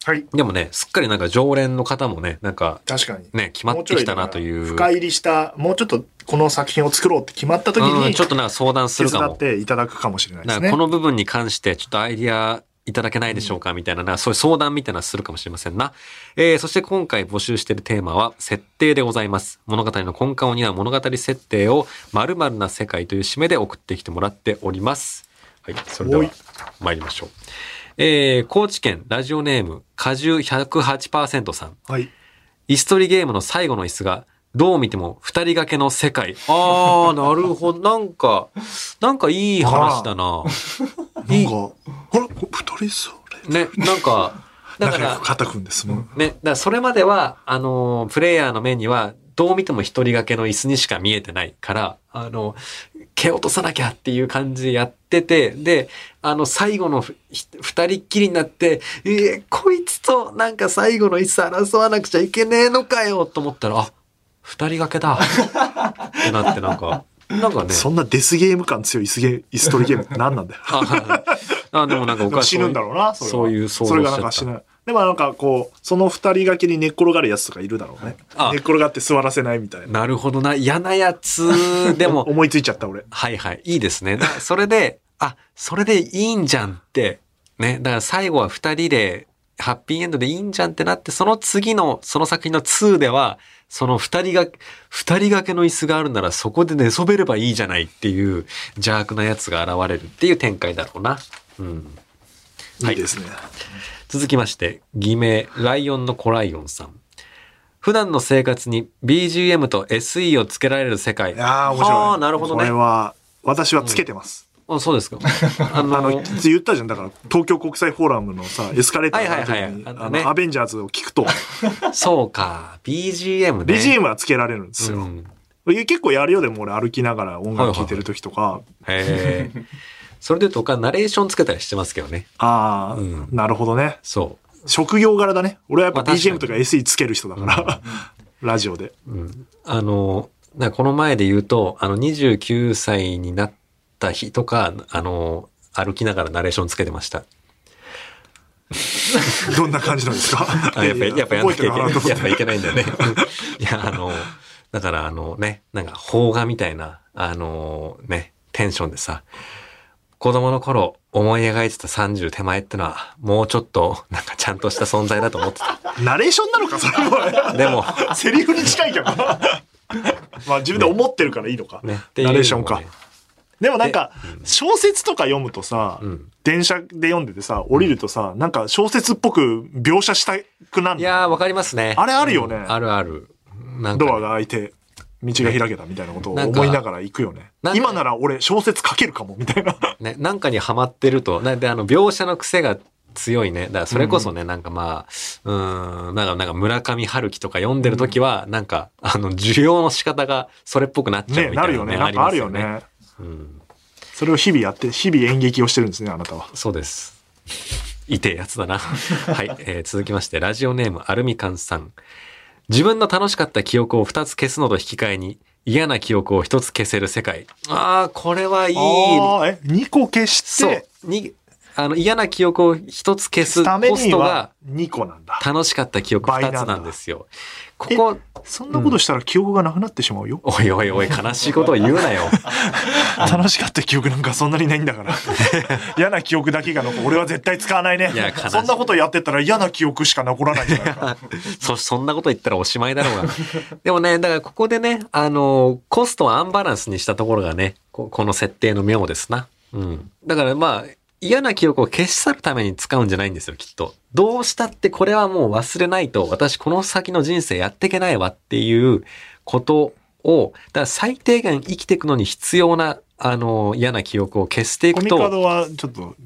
[SPEAKER 1] はい。
[SPEAKER 2] でもね、すっかりなんか常連の方もね、なんか
[SPEAKER 1] 確かに。
[SPEAKER 2] ね、決まってきたなという。
[SPEAKER 1] もちょだから深入りした、もうちょっとこの作品を作ろうって決まった時
[SPEAKER 2] う
[SPEAKER 1] に、
[SPEAKER 2] ん、ちょっとなんか相談す
[SPEAKER 1] 手
[SPEAKER 2] るか
[SPEAKER 1] 伝
[SPEAKER 2] も
[SPEAKER 1] っ。ていただくかもしれないで
[SPEAKER 2] な
[SPEAKER 1] す
[SPEAKER 2] んか
[SPEAKER 1] ね
[SPEAKER 2] こ。の部分に関してちょっとアイディアいただけないでしょうかみたいなな、そういう相談みたいなのするかもしれませんな。えー、そして今回募集しているテーマは設定でございます。物語の根幹を担う物語設定を〇〇な世界という締めで送ってきてもらっております。はい、それで
[SPEAKER 1] お
[SPEAKER 2] はい参りましょう。えー、高知県ラジオネーム果汁108%さん。
[SPEAKER 1] はい。
[SPEAKER 2] 椅子取りゲームの最後の椅子が、どう見ても二人掛けの世界。ああ、なるほど。なんか、なんかいい話だな。
[SPEAKER 1] ないん
[SPEAKER 2] い
[SPEAKER 1] か、あれこ二人それ。
[SPEAKER 2] ね、なんか、だ
[SPEAKER 1] 仲
[SPEAKER 2] か
[SPEAKER 1] 良
[SPEAKER 2] ら
[SPEAKER 1] く、肩組んで住む。
[SPEAKER 2] ね、だからそれまでは、あのー、プレイヤーの目には、どう見ても一人掛けの椅子にしか見えてないから、あの、蹴落とさなきゃっていう感じでやってて、で、あの、最後のふひ二人っきりになって、えーこいつとなんか最後の椅子争わなくちゃいけねえのかよと思ったら、あ、二人掛けだ。ってなってなんか、なんかね、
[SPEAKER 1] そんなデスゲーム感強い椅子ゲー椅子取りゲー ムって何なんだよ。
[SPEAKER 2] あ、あでもなんか僕はそ
[SPEAKER 1] 死
[SPEAKER 2] うい
[SPEAKER 1] ぬ
[SPEAKER 2] うん
[SPEAKER 1] だろうな、それは
[SPEAKER 2] そういう想像
[SPEAKER 1] それがな
[SPEAKER 2] しち
[SPEAKER 1] ん
[SPEAKER 2] ゃっ
[SPEAKER 1] か
[SPEAKER 2] た
[SPEAKER 1] 死ぬ。でもなんかこう、その二人掛けに寝っ転がるやつとかいるだろうね。
[SPEAKER 2] あ
[SPEAKER 1] 寝っ転がって座らせないみたいな。
[SPEAKER 2] なるほどな。嫌なやつ、でも、
[SPEAKER 1] 思いついちゃった俺。
[SPEAKER 2] はいはい。いいですね。だからそれで、あ、それでいいんじゃんって。ね。だから最後は二人で、ハッピーエンドでいいんじゃんってなって、その次の、その作品の2では、その二人が、二人掛けの椅子があるならそこで寝そべればいいじゃないっていう邪悪なやつが現れるっていう展開だろうな。うん。はい
[SPEAKER 1] いいですね。
[SPEAKER 2] 続きまして、偽名、ライオンのコライオンさん。普段の生活に BGM と SE をつけられる世界。
[SPEAKER 1] ああ、面白い。
[SPEAKER 2] はあなるほどね
[SPEAKER 1] これは、私はつけてます。
[SPEAKER 2] あそうですか。あ
[SPEAKER 1] あの、
[SPEAKER 2] の、
[SPEAKER 1] 言ったじゃん。だから、東京国際フォーラムのさ、エスカレーターの時
[SPEAKER 2] はいはいはい
[SPEAKER 1] に、
[SPEAKER 2] あ
[SPEAKER 1] あ
[SPEAKER 2] の
[SPEAKER 1] の
[SPEAKER 2] ね
[SPEAKER 1] アベンジャーズを聞くと、
[SPEAKER 2] そうか。BGM ね。
[SPEAKER 1] レジームはつけられるんです
[SPEAKER 2] う
[SPEAKER 1] よ。
[SPEAKER 2] ん。
[SPEAKER 1] 結構やるよ、でも俺歩きながら音楽聴いてる時とか、
[SPEAKER 2] へえ。それで言うと僕はナレーションつけたりしてますけどね。
[SPEAKER 1] ああ、
[SPEAKER 2] うん
[SPEAKER 1] なるほどね。
[SPEAKER 2] そ
[SPEAKER 1] 職業柄だね。俺はやっ
[SPEAKER 2] まあ
[SPEAKER 1] ぱ
[SPEAKER 2] 確かに
[SPEAKER 1] BGM とか SE つける人だから、ラジオで。
[SPEAKER 2] う。うん。あの、なんかこの前で言うと、あの、29歳になった日とか、あの、歩きながらナレーションつけてました。
[SPEAKER 1] どんな感じなんですか
[SPEAKER 2] あ やっぱり、やっぱやんなきゃいけ
[SPEAKER 1] 覚え
[SPEAKER 2] な
[SPEAKER 1] てるかなと思
[SPEAKER 2] い。や
[SPEAKER 1] っ
[SPEAKER 2] ってぱいけないんだよね。 いや、あの、だからあのね、なんか邦画みたいな、あのね、テンションでさ、子供の頃思い描いてた30手前ってのは、もうちょっとなんかちゃんとした存在だと思ってた。
[SPEAKER 1] ナレーションなのか、それは。
[SPEAKER 2] でも、
[SPEAKER 1] セリフに近 いけどな。まあ自分で思ってるからいいのか。
[SPEAKER 2] ね、っていう
[SPEAKER 1] ナ
[SPEAKER 2] のもね
[SPEAKER 1] レーションか。でもなんか、小説とか読むとさ、
[SPEAKER 2] うん
[SPEAKER 1] 電車で読んでてさ、降りるとさ、なんか小説っぽく描写したくなる
[SPEAKER 2] いやー、わかりますね。
[SPEAKER 1] あれあるよね
[SPEAKER 2] うんあるある。なんか
[SPEAKER 1] ドアが開いて、道が開けたみたいなことを
[SPEAKER 2] なんか
[SPEAKER 1] 思いながら行くよね
[SPEAKER 2] なん。か
[SPEAKER 1] 今なら俺小説書けるかも、みた いな。
[SPEAKER 2] ね、なんかにハマってると、なんであの、描写の癖が強いね。だからそれこそね、なんかまあ、うーん、なんか、なんか村上春樹とか読んでる時は、なんか、あの、需要の仕方がそれっぽくなっちゃう
[SPEAKER 1] ね、
[SPEAKER 2] みた
[SPEAKER 1] ない
[SPEAKER 2] な
[SPEAKER 1] る
[SPEAKER 2] ね、
[SPEAKER 1] よね。なんかあるよ
[SPEAKER 2] りま
[SPEAKER 1] ね。
[SPEAKER 2] すよね。うん。
[SPEAKER 1] それを日々やって、日々演劇をしてるんですね、あなたは。
[SPEAKER 2] そうです。いてえやつ だな。はい、えー続きまして、ラジオネームアルミカンさん。自分の楽しかった記憶を2つ消すのと引き換えに、嫌な記憶を1つ消せる世界。ああ、これはいい
[SPEAKER 1] あーえ、2個消し
[SPEAKER 2] そう
[SPEAKER 1] て、。
[SPEAKER 2] に、あの、嫌な記憶を一つ消す
[SPEAKER 1] ため
[SPEAKER 2] コス
[SPEAKER 1] に
[SPEAKER 2] トが
[SPEAKER 1] は、2個なんだ。
[SPEAKER 2] 楽しかった記憶
[SPEAKER 1] 倍な
[SPEAKER 2] 二
[SPEAKER 1] んだ
[SPEAKER 2] つなんですよ。ここ、
[SPEAKER 1] そんなことしたら記憶がなくなってしまうよ。
[SPEAKER 2] おいおいおい、悲しいことを言うなよ。
[SPEAKER 1] 楽しかった記憶なんかそんなにないんだ から。嫌な記憶だけが残る。俺は絶対使わないね
[SPEAKER 2] いや悲し。い
[SPEAKER 1] そんなことやってたら嫌な記憶しか残らないんだ から。
[SPEAKER 2] そ、そんなこと言ったらおしまいだろうが。 でもね、だからここでね、あの、コストをアンバランスにしたところがね、ここの設定の妙ですな。うん。だからまあ、嫌な記憶を消し去るために使うんじゃないんですよ、きっと。どうしたってこれはもう忘れないと、私この先の人生やっていけないわっていうことを、だから最低限生きていくのに必要な、あの、嫌な記憶を消してい
[SPEAKER 1] コ
[SPEAKER 2] く
[SPEAKER 1] ミ
[SPEAKER 2] と。
[SPEAKER 1] カドはちょっと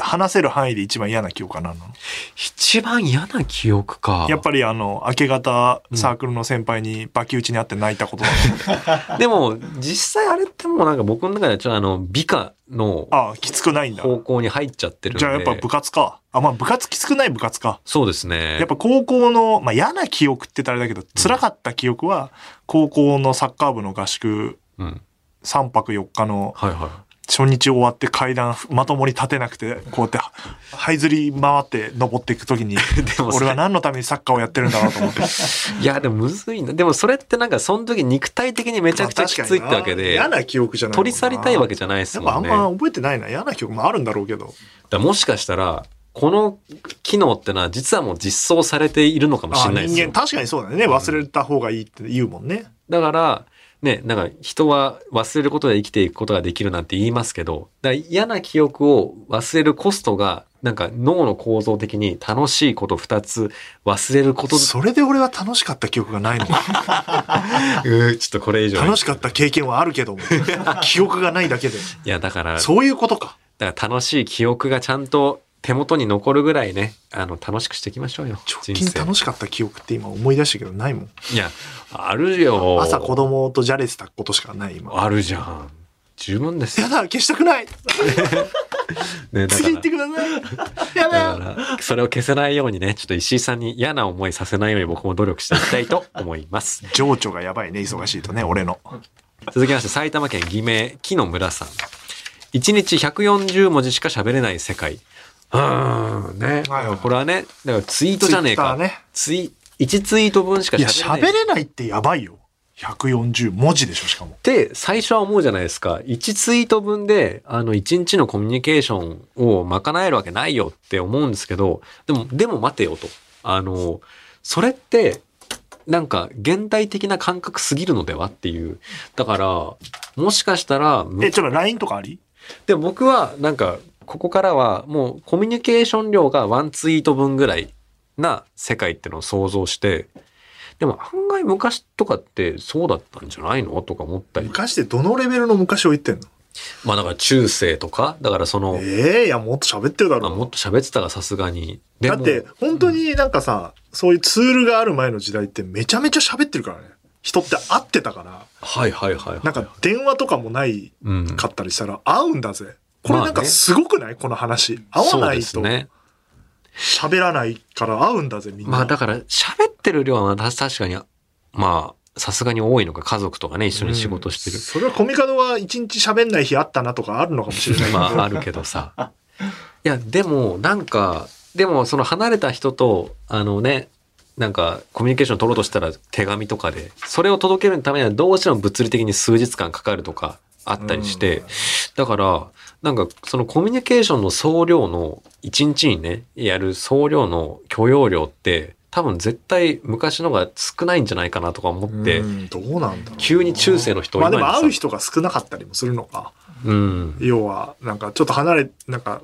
[SPEAKER 1] 話せる範囲で一番嫌な記憶は何なの
[SPEAKER 2] 一番嫌な記憶か。
[SPEAKER 1] やっぱりあの、明け方サークルの先輩にバキ打ちに会って泣いた ことだ
[SPEAKER 2] でも、実際あれってもうなんか僕の中ではちょっとあの、美化の
[SPEAKER 1] ああ、きつくないんだ。
[SPEAKER 2] 方向に入っちゃってるんで。
[SPEAKER 1] じゃあやっぱ部活か。あ、まあ部活きつくない部活か。
[SPEAKER 2] そうですね。
[SPEAKER 1] やっぱ高校の、まあ嫌な記憶って言ったらあれだけど、辛かった記憶は、高校のサッカー部の合宿
[SPEAKER 2] うん。
[SPEAKER 1] 3泊4日の
[SPEAKER 2] はいは
[SPEAKER 1] 初日終わって階段まともに立てなくてこうやって這いずり回って登っていく時に
[SPEAKER 2] も そ
[SPEAKER 1] 俺
[SPEAKER 2] れ
[SPEAKER 1] は何のためにサッカーをやってるんだろうと思って
[SPEAKER 2] い。いや、でもむずいな。でもそれってなんかその時肉体的にめちゃくちゃきついってわけで、
[SPEAKER 1] 嫌な記憶じゃないもんな
[SPEAKER 2] 取り去りたいわけじゃないです
[SPEAKER 1] やっぱあ
[SPEAKER 2] も
[SPEAKER 1] ん
[SPEAKER 2] んね。
[SPEAKER 1] ま覚えてないな嫌な記憶もあるんだろうけど
[SPEAKER 2] だからもしかしたら、この機能ってのは実はもう実装されているのかもし
[SPEAKER 1] あ
[SPEAKER 2] れないです
[SPEAKER 1] 人
[SPEAKER 2] よ
[SPEAKER 1] 間。確かにそうだね忘れた方がいいって言うもんね
[SPEAKER 2] だから、ね、なんか人は忘れることで生きていくことができるなんて言いますけど、だから嫌な記憶を忘れるコストが、なんか脳の構造的に楽しいこと2つ忘れること、
[SPEAKER 1] それで俺は楽しかった記憶が ないのか
[SPEAKER 2] うーちょっとこれ以上。
[SPEAKER 1] 楽しかった経験はあるけど も記憶がないだけで
[SPEAKER 2] いや、だから、
[SPEAKER 1] そういうことか
[SPEAKER 2] だから楽しい記憶がちゃんと手元に残るぐらいね、あの、楽しくしていきましょうよ。
[SPEAKER 1] 直
[SPEAKER 2] 人
[SPEAKER 1] 近
[SPEAKER 2] 生
[SPEAKER 1] 楽しかった記憶って今思い出したけどないもん
[SPEAKER 2] いや、あるよ。
[SPEAKER 1] 朝子供とじゃれてたことしかない今
[SPEAKER 2] あるじゃん。十分です
[SPEAKER 1] や
[SPEAKER 2] よ。
[SPEAKER 1] だ消したくない
[SPEAKER 2] ね、だから
[SPEAKER 1] 次行ってくだ さいやだ
[SPEAKER 2] だから、それを消せないようにね、ちょっと石井さんに嫌な思いさせないように僕も努力していきたいと思います。
[SPEAKER 1] 情緒がやばいね忙しいとね俺の
[SPEAKER 2] 続きまして、埼玉県偽名、木の村さん。1日140文字しか喋れない世界。うーん、ね。
[SPEAKER 1] はいはい
[SPEAKER 2] これはね、だからツイートじゃねえか。
[SPEAKER 1] Twitter ね
[SPEAKER 2] ツイ、1ツイート分しか
[SPEAKER 1] いや
[SPEAKER 2] 喋れな
[SPEAKER 1] 喋
[SPEAKER 2] い。
[SPEAKER 1] れないってやばいよ140文字でしょしかも
[SPEAKER 2] って最初は思うじゃないですか。1ツイート分で、あの、1日のコミュニケーションを賄えるわけないよって思うんですけど、でも、でも待てよと。あの、それって、なんか、現代的な感覚すぎるのではっていう。だから、もしかしたら、
[SPEAKER 1] えちょっと LINE とかあり
[SPEAKER 2] でも僕はなんかここからはもうコミュニケーション量がワンツイート分ぐらいな世界ってのを想像してでも案外昔とかってそうだったんじゃないのとか思ったり
[SPEAKER 1] 昔ってどのレベルの昔を言ってんの
[SPEAKER 2] まあだから中世とかだからその、
[SPEAKER 1] ええいやもっと喋ってるだ
[SPEAKER 2] まあ、
[SPEAKER 1] ろ
[SPEAKER 2] もっと喋ってたがさすがに
[SPEAKER 1] う
[SPEAKER 2] で
[SPEAKER 1] だ
[SPEAKER 2] も
[SPEAKER 1] って本当になんかさそういうツールがある前の時代ってめちゃめちゃ喋ってるからね人って会ってたから
[SPEAKER 2] はいはいはいはい
[SPEAKER 1] なんか電話とかもない
[SPEAKER 2] うん
[SPEAKER 1] かったりしたら会うんだぜこれなん
[SPEAKER 2] まあ
[SPEAKER 1] か
[SPEAKER 2] ね
[SPEAKER 1] すごくないこの話会わない
[SPEAKER 2] そ
[SPEAKER 1] と
[SPEAKER 2] うですね
[SPEAKER 1] 喋らないから会うんだぜみんな、
[SPEAKER 2] まあだから喋ってる量はた確かにまあさすがに多いのか家族とかね一緒に仕事してる
[SPEAKER 1] うん、それはコミカドは一日喋んない日あったなとかあるのかもしれないけど
[SPEAKER 2] まああるけどさ。いや、でも、なんか、でも、その離れた人と、あのね、なんか、コミュニケーション取ろうとしたら手紙とかで、それを届けるためにはどうしても物理的に数日間かかるとかあったりして、だから、なんか、そのコミュニケーションの総量の、一日にね、やる総量の許容量って、多分絶対昔のが少ないんじゃないかなとか思って、
[SPEAKER 1] うんどうなんだろう
[SPEAKER 2] 急に中世の人
[SPEAKER 1] まあで
[SPEAKER 2] 今
[SPEAKER 1] も
[SPEAKER 2] にさ
[SPEAKER 1] 会う人が少なかったりもするのか
[SPEAKER 2] うん。
[SPEAKER 1] 要はなんかちょっと離れなんか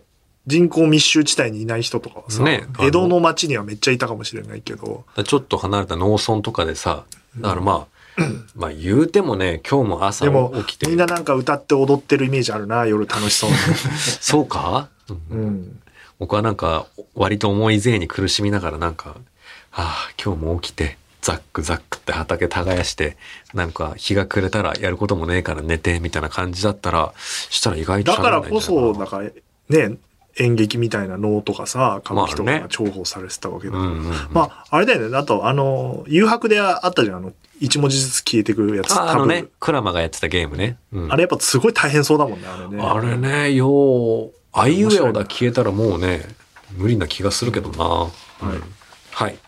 [SPEAKER 1] 人口密集地帯にいない人とかはさ、
[SPEAKER 2] ね
[SPEAKER 1] 江戸の町にはめっちゃいたかもしれないけど
[SPEAKER 2] だからちょっと離れた農村とかでさ、だからまあ、まあ言うてもね、今日も朝
[SPEAKER 1] でも
[SPEAKER 2] 起きて
[SPEAKER 1] みん、ななんか歌って踊ってるイメージあるな夜楽し そうに、
[SPEAKER 2] そうか、うん
[SPEAKER 1] うん、
[SPEAKER 2] 僕はなんか、割と重い税に苦しみながらなんか、ああ、今日も起きて、ザックザックって畑耕して、なんか日が暮れたらやることもねえから寝て、みたいな感じだったら、したら意外と
[SPEAKER 1] だ
[SPEAKER 2] 喋
[SPEAKER 1] か
[SPEAKER 2] れ
[SPEAKER 1] ら
[SPEAKER 2] ないん
[SPEAKER 1] こ
[SPEAKER 2] じゃない
[SPEAKER 1] そ
[SPEAKER 2] かな
[SPEAKER 1] だからね演劇みたいな能とかさ歌舞伎とか
[SPEAKER 2] まあ
[SPEAKER 1] が
[SPEAKER 2] ね
[SPEAKER 1] 重宝されてたわけだか
[SPEAKER 2] う
[SPEAKER 1] ら、
[SPEAKER 2] んうんうん、
[SPEAKER 1] まあ、あれだよね。あと、あの、誘白であったじゃん。あの、一文字ずつ消えてくるやつ。
[SPEAKER 2] あ、あのね
[SPEAKER 1] 多分。、
[SPEAKER 2] クラマがやってたゲームね。うん
[SPEAKER 1] あれやっぱすごい大変そうだもんね、あれね。
[SPEAKER 2] あれね、よう、あいうえおだ消えたらもうね、無理な気がするけどな。
[SPEAKER 1] はい
[SPEAKER 2] うんはい。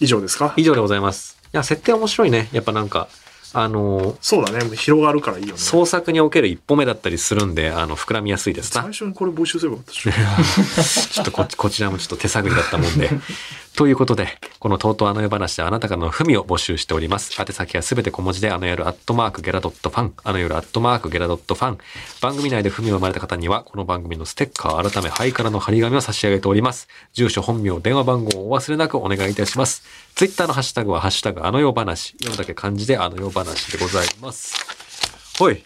[SPEAKER 1] 以上ですか
[SPEAKER 2] 以上でございます。いや、設定面白いね。やっぱなんか、あのー
[SPEAKER 1] そうだね。もう広がるからいいよね。
[SPEAKER 2] 創作における一歩目だったりするんで、あの、膨らみやすいです
[SPEAKER 1] 最
[SPEAKER 2] な。
[SPEAKER 1] 初にこれ募集すればよか ったでしょ
[SPEAKER 2] ちょっとこっち、こちらもちょっと手探りだったもんで。ということで、このとうとうあの世話であなたからの文を募集しております。宛先はすべて小文字で、あの夜アットマークゲラドットファン、あの夜アットマークゲラドットファン。番組内で文を生まれた方には、この番組のステッカー、改め、ハイカラの張り紙を差し上げております。住所、本名、電話番号をお忘れなくお願いいたします。ツイッターのハッシュタグは、ハッシュタグあの世話、読むだけ漢字であの世話でございます。ほい。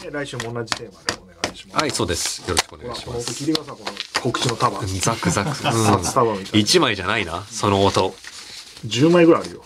[SPEAKER 1] で来週も同じテーマでお願いします。
[SPEAKER 2] はい、そうです。よろしくお願いし
[SPEAKER 1] ほ
[SPEAKER 2] ま
[SPEAKER 1] ら、
[SPEAKER 2] す。
[SPEAKER 1] 切りがさ、この告知の束。
[SPEAKER 2] ザクザク。
[SPEAKER 1] 札束みたいな
[SPEAKER 2] 1枚じゃないな、そ の音。
[SPEAKER 1] 10枚ぐらいあるよ。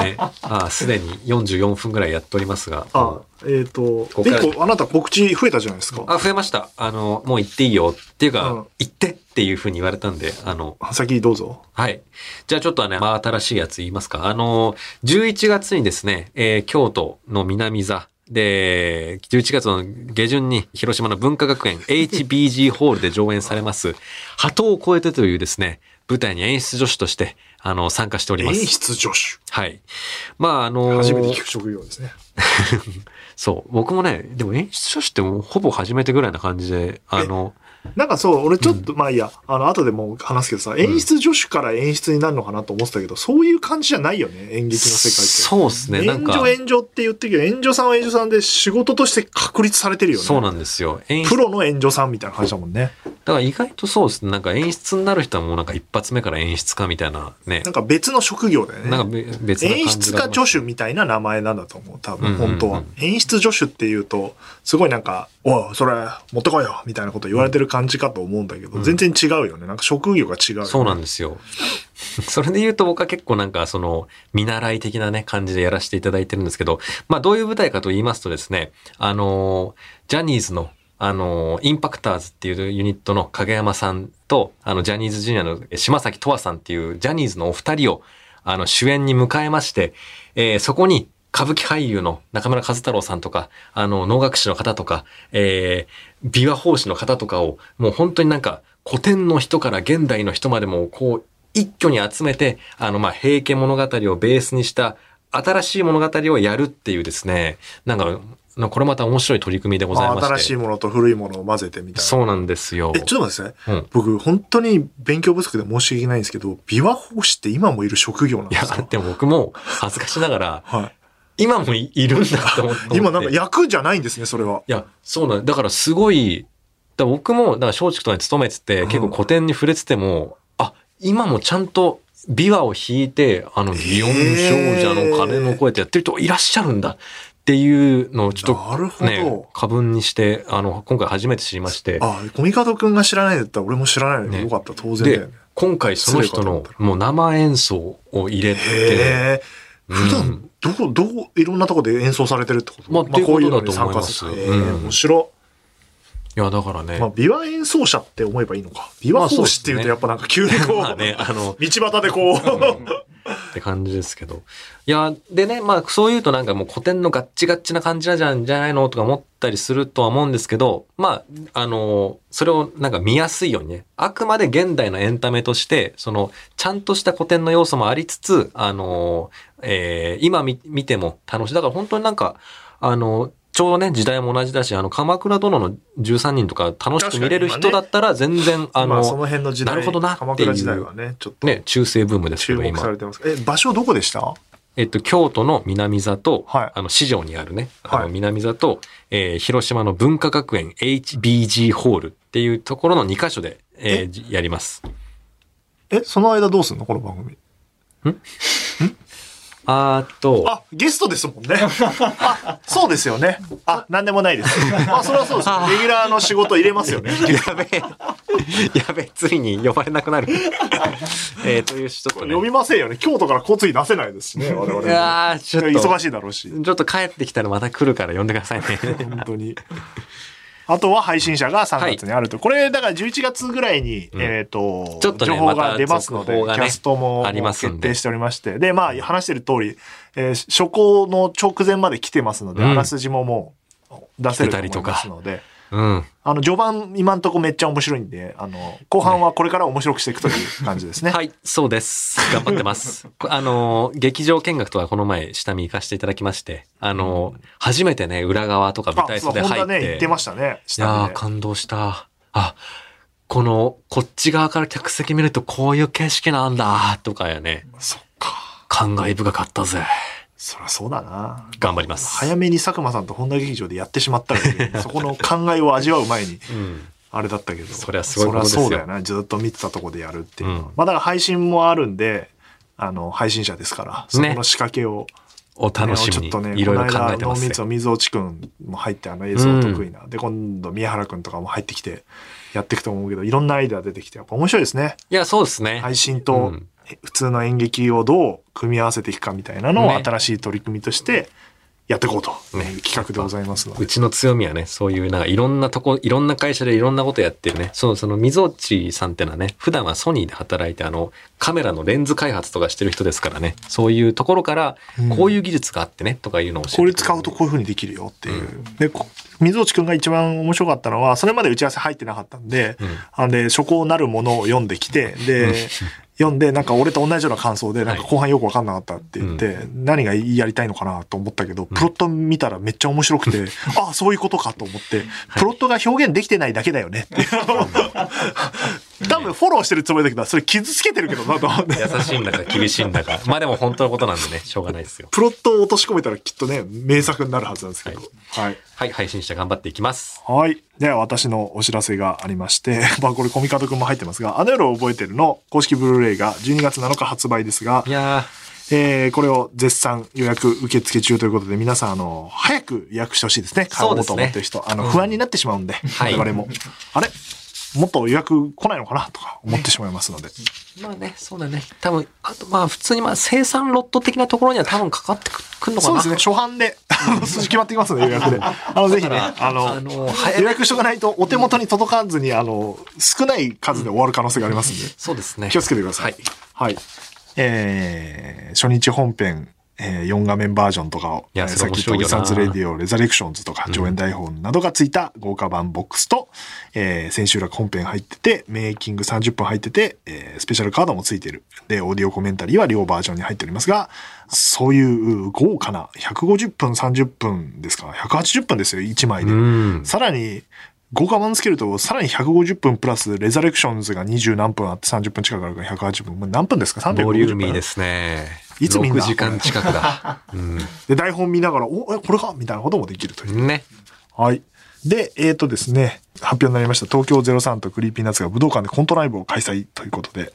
[SPEAKER 2] ね、ああすでに44分ぐらいやっておりますが。
[SPEAKER 1] あ、えっ、と、
[SPEAKER 2] ここから
[SPEAKER 1] 一個、あなた告知増えたじゃないですか。
[SPEAKER 2] あ増えました。あの、もう行っていいよ。っていうか、
[SPEAKER 1] うん
[SPEAKER 2] 行ってっていうふうに言われたんで、あの、
[SPEAKER 1] 先どうぞ。
[SPEAKER 2] はい。じゃあちょっとね、まあ、新しいやつ言いますか。あの、11月にですね、えー京都の南座で、11月の下旬に広島の文化学園 HBG ホールで上演されます、鳩を超えてというですね、舞台に演出助手として、あの、参加しておりま
[SPEAKER 1] 演
[SPEAKER 2] す。
[SPEAKER 1] 出助手。
[SPEAKER 2] はい。まあ、あのー
[SPEAKER 1] 初めて聞く職業ですね。
[SPEAKER 2] そう。僕もね、でも演出書士ってもうほぼ初めてぐらいな感じで、あの、
[SPEAKER 1] なんかそう、俺ちょっと、まあいいや、あの、後でもう話すけどさ、演出助手から演出になるのかなと思ってたけど、そういう感じじゃないよね、演劇の世界って。
[SPEAKER 2] そうですね。なん
[SPEAKER 1] 援
[SPEAKER 2] か
[SPEAKER 1] 助、援助って言ってるけど、援助さんは援助さんで仕事として確立されてるよね。
[SPEAKER 2] そうなんですよ。演
[SPEAKER 1] プ
[SPEAKER 2] 出、
[SPEAKER 1] ロの援助さんみたいな感じだもんね。
[SPEAKER 2] だから意外とそうですね。なんか演出になる人はもうなんか一発目から演出家みたいなね
[SPEAKER 1] な。んか別の職業だよね。
[SPEAKER 2] なんかべ別な感じ
[SPEAKER 1] 演出
[SPEAKER 2] が
[SPEAKER 1] 家
[SPEAKER 2] ありま
[SPEAKER 1] 助
[SPEAKER 2] す
[SPEAKER 1] 手みたいな名前なんだと思う、多
[SPEAKER 2] うん
[SPEAKER 1] 分、
[SPEAKER 2] うんうん
[SPEAKER 1] 本当は。演出助手っていうと、すごいなんか、おい、それ、持ってこいよみたいなこと言われてる感じかと思うんだけど、全然違うよね。なんか職業が違うよね。
[SPEAKER 2] そうなんですよ。 それで言うと僕は結構なんかその見習い的なね感じでやらせていただいてるんですけど、まあどういう舞台かと言いますとですね、あのー、ジャニーズのあのー、インパクターズっていうユニットの影山さんと、あの、ジャニーズジュニアの島崎とわさんっていうジャニーズのお二人を、あの、主演に迎えまして、えーそこに歌舞伎俳優の中村和太郎さんとか、あの、能楽師の方とか、えー、琵琶法師の方とかを、もう本当になんか、古典の人から現代の人までも、こう、一挙に集めて、あの、まあ、平家物語をベースにした、新しい物語をやるっていうですね、なんか、なこれまた面白い取り組みでござい
[SPEAKER 1] ま
[SPEAKER 2] まして。
[SPEAKER 1] あ、新しいものと古いものを混ぜてみたいな。
[SPEAKER 2] そうなんですよ
[SPEAKER 1] え、。ちょっと待ってください。
[SPEAKER 2] うん
[SPEAKER 1] 僕、本当に勉強不足で申し訳ないんですけど、琵琶法師って今もいる職業なん
[SPEAKER 2] い
[SPEAKER 1] で
[SPEAKER 2] や
[SPEAKER 1] すか、
[SPEAKER 2] でも僕も恥ずかしながら、
[SPEAKER 1] は
[SPEAKER 2] 今もいいるんだと思って。
[SPEAKER 1] い。今なんか役じゃないんですね、それは。
[SPEAKER 2] いや、そうなんだからすごい、だから僕も、だから松竹とかに勤めてて、
[SPEAKER 1] うん
[SPEAKER 2] 結構古典に触れてても、あ、今もちゃんと琵琶を弾いて、あの、
[SPEAKER 1] えー
[SPEAKER 2] ビヨン少女の鐘の声ってやってる人いらっしゃるんだっていうのをちょっ
[SPEAKER 1] なるほ
[SPEAKER 2] と
[SPEAKER 1] ど。
[SPEAKER 2] ね、過分にして、あの、今回初めて知りまして、
[SPEAKER 1] あ、コミカドくんが知らないんだったら俺も知らないの
[SPEAKER 2] ね
[SPEAKER 1] によかった、当然だよ
[SPEAKER 2] で
[SPEAKER 1] ね。、
[SPEAKER 2] 今回その
[SPEAKER 1] 失
[SPEAKER 2] 人
[SPEAKER 1] 礼かと思っ
[SPEAKER 2] の
[SPEAKER 1] たら
[SPEAKER 2] もう生演奏を入れ
[SPEAKER 1] へ
[SPEAKER 2] て、
[SPEAKER 1] え。
[SPEAKER 2] うん
[SPEAKER 1] 普段、どこ、どこ、いろんなとこで演奏されてるってこと
[SPEAKER 2] まあっていうことだと思い
[SPEAKER 1] こ
[SPEAKER 2] ま
[SPEAKER 1] う
[SPEAKER 2] す
[SPEAKER 1] うのに参加るへえ
[SPEAKER 2] うん
[SPEAKER 1] 面白。
[SPEAKER 2] いや、だからね、
[SPEAKER 1] まあ、琵琶演奏者って思えばいいのか。琵琶法師っていうとやっぱなんか急にこ
[SPEAKER 2] まあ
[SPEAKER 1] う、
[SPEAKER 2] ね、あの、
[SPEAKER 1] 道端でこう、
[SPEAKER 2] って感じですけど。いや、でね、まあそういうとなんかもう古典のガッチガッチな感じなんじゃんじゃないのとか思ったりするとは思うんですけど、まあ、あの、それをなんか見やすいようにね、あくまで現代のエンタメとして、その、ちゃんとした古典の要素もありつつ、あの、えー今見見ても楽しい。だから本当になんか、あの、ちょうどね、時代も同じだし、あの、鎌倉殿の13人とか楽しく見れる人だったら全然、あ
[SPEAKER 1] まあそ
[SPEAKER 2] の、
[SPEAKER 1] の辺の時代、
[SPEAKER 2] なるほどなっていう
[SPEAKER 1] 鎌倉時代はね、ちょっと
[SPEAKER 2] ね、中世ブームですけ
[SPEAKER 1] 注
[SPEAKER 2] ど、
[SPEAKER 1] 目
[SPEAKER 2] 今
[SPEAKER 1] さ。れてます。え、場所どこでした
[SPEAKER 2] えっと、京都の南座と、
[SPEAKER 1] はい
[SPEAKER 2] あの、市場にあるね、
[SPEAKER 1] はい
[SPEAKER 2] あの、南座と、えー広島の文化学園 HBG ホールっていうところの2カ所で、えーじやります。
[SPEAKER 1] え、その間どうすんのこの番組。
[SPEAKER 2] あーっと、
[SPEAKER 1] あ、ゲストですもんね。あ、そうですよね。あ、なんでもないです。あ、それはそうですよ。レギュラーの仕事入れますよね。
[SPEAKER 2] やべえ、やべえ、ついに呼ばれなく なる。えー、という、ちょっと
[SPEAKER 1] 読
[SPEAKER 2] ね、
[SPEAKER 1] みませんよね。京都から交通費出せないですし ね、我々も。
[SPEAKER 2] いやーちょっと
[SPEAKER 1] 忙しいだろうし。
[SPEAKER 2] ちょっと帰ってきたらまた来るから呼んでく ださいね。
[SPEAKER 1] 本当に。あとは配信者が3月にあると。これ、だから11月ぐらいに、
[SPEAKER 2] ん
[SPEAKER 1] えっ、と、
[SPEAKER 2] ちょっとね
[SPEAKER 1] 情報が出ますの
[SPEAKER 2] また続
[SPEAKER 1] で、
[SPEAKER 2] 報がね
[SPEAKER 1] キャストも
[SPEAKER 2] ありますんで
[SPEAKER 1] 決定しておりまして。で、まあ、話してる通り、えー初稿の直前まで来てますので、
[SPEAKER 2] うん
[SPEAKER 1] あらすじももう出せると思いますので、
[SPEAKER 2] うん。
[SPEAKER 1] あの、序盤、今んとこめっちゃ面白いんで、あの、後半はこれから面白くしていくという感じですね。
[SPEAKER 2] はい、そうです。頑張っ てます。こあのー、劇場見学とはこの前、下見行かせていただきまして、あのー、初めてね、裏側とか舞
[SPEAKER 1] あ、
[SPEAKER 2] 台
[SPEAKER 1] そう、
[SPEAKER 2] 袖
[SPEAKER 1] 本
[SPEAKER 2] 入
[SPEAKER 1] 田
[SPEAKER 2] っ
[SPEAKER 1] ね、言
[SPEAKER 2] て。
[SPEAKER 1] ってましたね。
[SPEAKER 2] いや
[SPEAKER 1] 下
[SPEAKER 2] ー、
[SPEAKER 1] でね。
[SPEAKER 2] 感動した。あ、この、こっち側から客席見るとこういう景色なんだ、とかやね。
[SPEAKER 1] そっか。
[SPEAKER 2] 感慨深かったぜ。
[SPEAKER 1] そりゃそうだな。
[SPEAKER 2] 頑張ります。
[SPEAKER 1] 早めに佐久間さんと本田劇場でやってしまったの で、そこの考えを味わう前に、
[SPEAKER 2] うん。
[SPEAKER 1] あれだったけど。
[SPEAKER 2] そりゃすごいことですよ
[SPEAKER 1] そりゃそうだよな。ずっと見てたとこでやるっていうのは。
[SPEAKER 2] うん
[SPEAKER 1] まあだから配信もあるんで、あの、配信者ですから、そこの仕掛けを、
[SPEAKER 2] お楽しみ
[SPEAKER 1] ちょっとね、
[SPEAKER 2] に。いろいろ
[SPEAKER 1] この
[SPEAKER 2] 考
[SPEAKER 1] 間
[SPEAKER 2] えてます
[SPEAKER 1] 濃
[SPEAKER 2] よ
[SPEAKER 1] 密。の水落くんも入って、あの映像得意な。で、今度宮原くんとかも入ってきて、やっていくと思うけど、いろんなアイデア出てきて、やっぱ面白いですね。
[SPEAKER 2] いや、そうですね。
[SPEAKER 1] 配信
[SPEAKER 2] う
[SPEAKER 1] と
[SPEAKER 2] ん
[SPEAKER 1] 普通の演劇をどう組み合わせていくかみたいなのを
[SPEAKER 2] ね
[SPEAKER 1] 新しい取り組みとしてやっていこうという
[SPEAKER 2] ね
[SPEAKER 1] 企画でございますの
[SPEAKER 2] う
[SPEAKER 1] で。
[SPEAKER 2] ちの強みはね、そういう、なんかいろんなとこ、いろんな会社でいろんなことやってるね。そう、その、みぞちさんってのはね、普段はソニーで働いて、あの、カメラのレンズ開発とかしてる人ですからね、そういうところから
[SPEAKER 1] うん、
[SPEAKER 2] こういう技術があってね、とかいうのを教えてく
[SPEAKER 1] こ
[SPEAKER 2] れ
[SPEAKER 1] れ
[SPEAKER 2] る
[SPEAKER 1] 使うとこういう風にできるよっていう。で、こ水落くんが一番面白かったのは、それまで打ち合わせ入ってなかったんで、
[SPEAKER 2] うん
[SPEAKER 1] あんで、初行なるものを読んできて、で、読んで、なんか俺と同じような感想で、なんか後半よくわかんなかったって言って、何がやりたいのかなと思ったけど、プロット見たらめっちゃ面白く て、ああ、そういうことかと思って、プロットが表現できてないだけだよねっていう。 多分フォローしてるつもりだけど、それ傷つけてるけどなと思って。
[SPEAKER 2] 優しいんだか厳しいんだか。まあでも本当のことなんでね、しょうがないですよ。
[SPEAKER 1] プロットを落とし込めたらきっとね、名作になるはずなんですけど。はい
[SPEAKER 2] はい、配信者頑張っていきます。
[SPEAKER 1] はい。では私のお知らせがありまして、 まあこれコミカドくんも入ってますが、あの夜を覚えてるの公式ブルーレイが12月7日発売ですが
[SPEAKER 2] い、や
[SPEAKER 1] えーこれを絶賛予約受付中ということで、皆さん、あの、早く予約してほしいですね。買お
[SPEAKER 2] そうで
[SPEAKER 1] う
[SPEAKER 2] す
[SPEAKER 1] と
[SPEAKER 2] ね
[SPEAKER 1] 思ってる人。あの、不安になってしまうんで、
[SPEAKER 2] はい
[SPEAKER 1] 我々も。あれもっと予約来ないのかなとか思ってしまいますので。
[SPEAKER 2] ー、まあね、そうだね。多分、あとまあ普通にまあ生産ロット的なところには多分かかってくるのか
[SPEAKER 1] そう
[SPEAKER 2] な。
[SPEAKER 1] ですね。初版で、あの、数字決まってきますので、予 約で。あの、ぜひね、あ
[SPEAKER 2] あ
[SPEAKER 1] の、
[SPEAKER 2] の、早
[SPEAKER 1] 予
[SPEAKER 2] い。
[SPEAKER 1] 約しとかないとお手元に届かずに、あの、少ない数で終わる可能性がありますんで。
[SPEAKER 2] そうですね。
[SPEAKER 1] 気をつけてください。はい。えー初日本編、え4画面バージョンとかを、
[SPEAKER 2] い
[SPEAKER 1] え
[SPEAKER 2] や
[SPEAKER 1] ー
[SPEAKER 2] そ
[SPEAKER 1] さ
[SPEAKER 2] れ
[SPEAKER 1] っ
[SPEAKER 2] 面
[SPEAKER 1] き
[SPEAKER 2] 白
[SPEAKER 1] 言
[SPEAKER 2] い
[SPEAKER 1] った
[SPEAKER 2] よ
[SPEAKER 1] お
[SPEAKER 2] な
[SPEAKER 1] サンズレディオ、レザレクションズとか、上演台本などがついた豪華版ボックスと、えー千秋楽本編入ってて、メイキング30分入ってて、えースペシャルカードもついてる。で、オーディオコメンタリーは両バージョンに入っておりますが、そういう豪華な150分、30分ですか、180分ですよ、1枚で。
[SPEAKER 2] うん。
[SPEAKER 1] さらに、豪華版つけると、さらに150分プラス、レザレクションズが20何分あって30分近くあるから180分。もう何分ですか ?350 分。
[SPEAKER 2] ボリューミーですね。
[SPEAKER 1] いつ見んだ
[SPEAKER 2] 6時間近くだ。う
[SPEAKER 1] で、台本見ながら、お、え、これかみたいなこともできるという。
[SPEAKER 2] ん。ね。
[SPEAKER 1] はい。で、えっ、とですね、発表になりました、東京03とクリーピーナッツが武道館でコントライブを開催ということ で、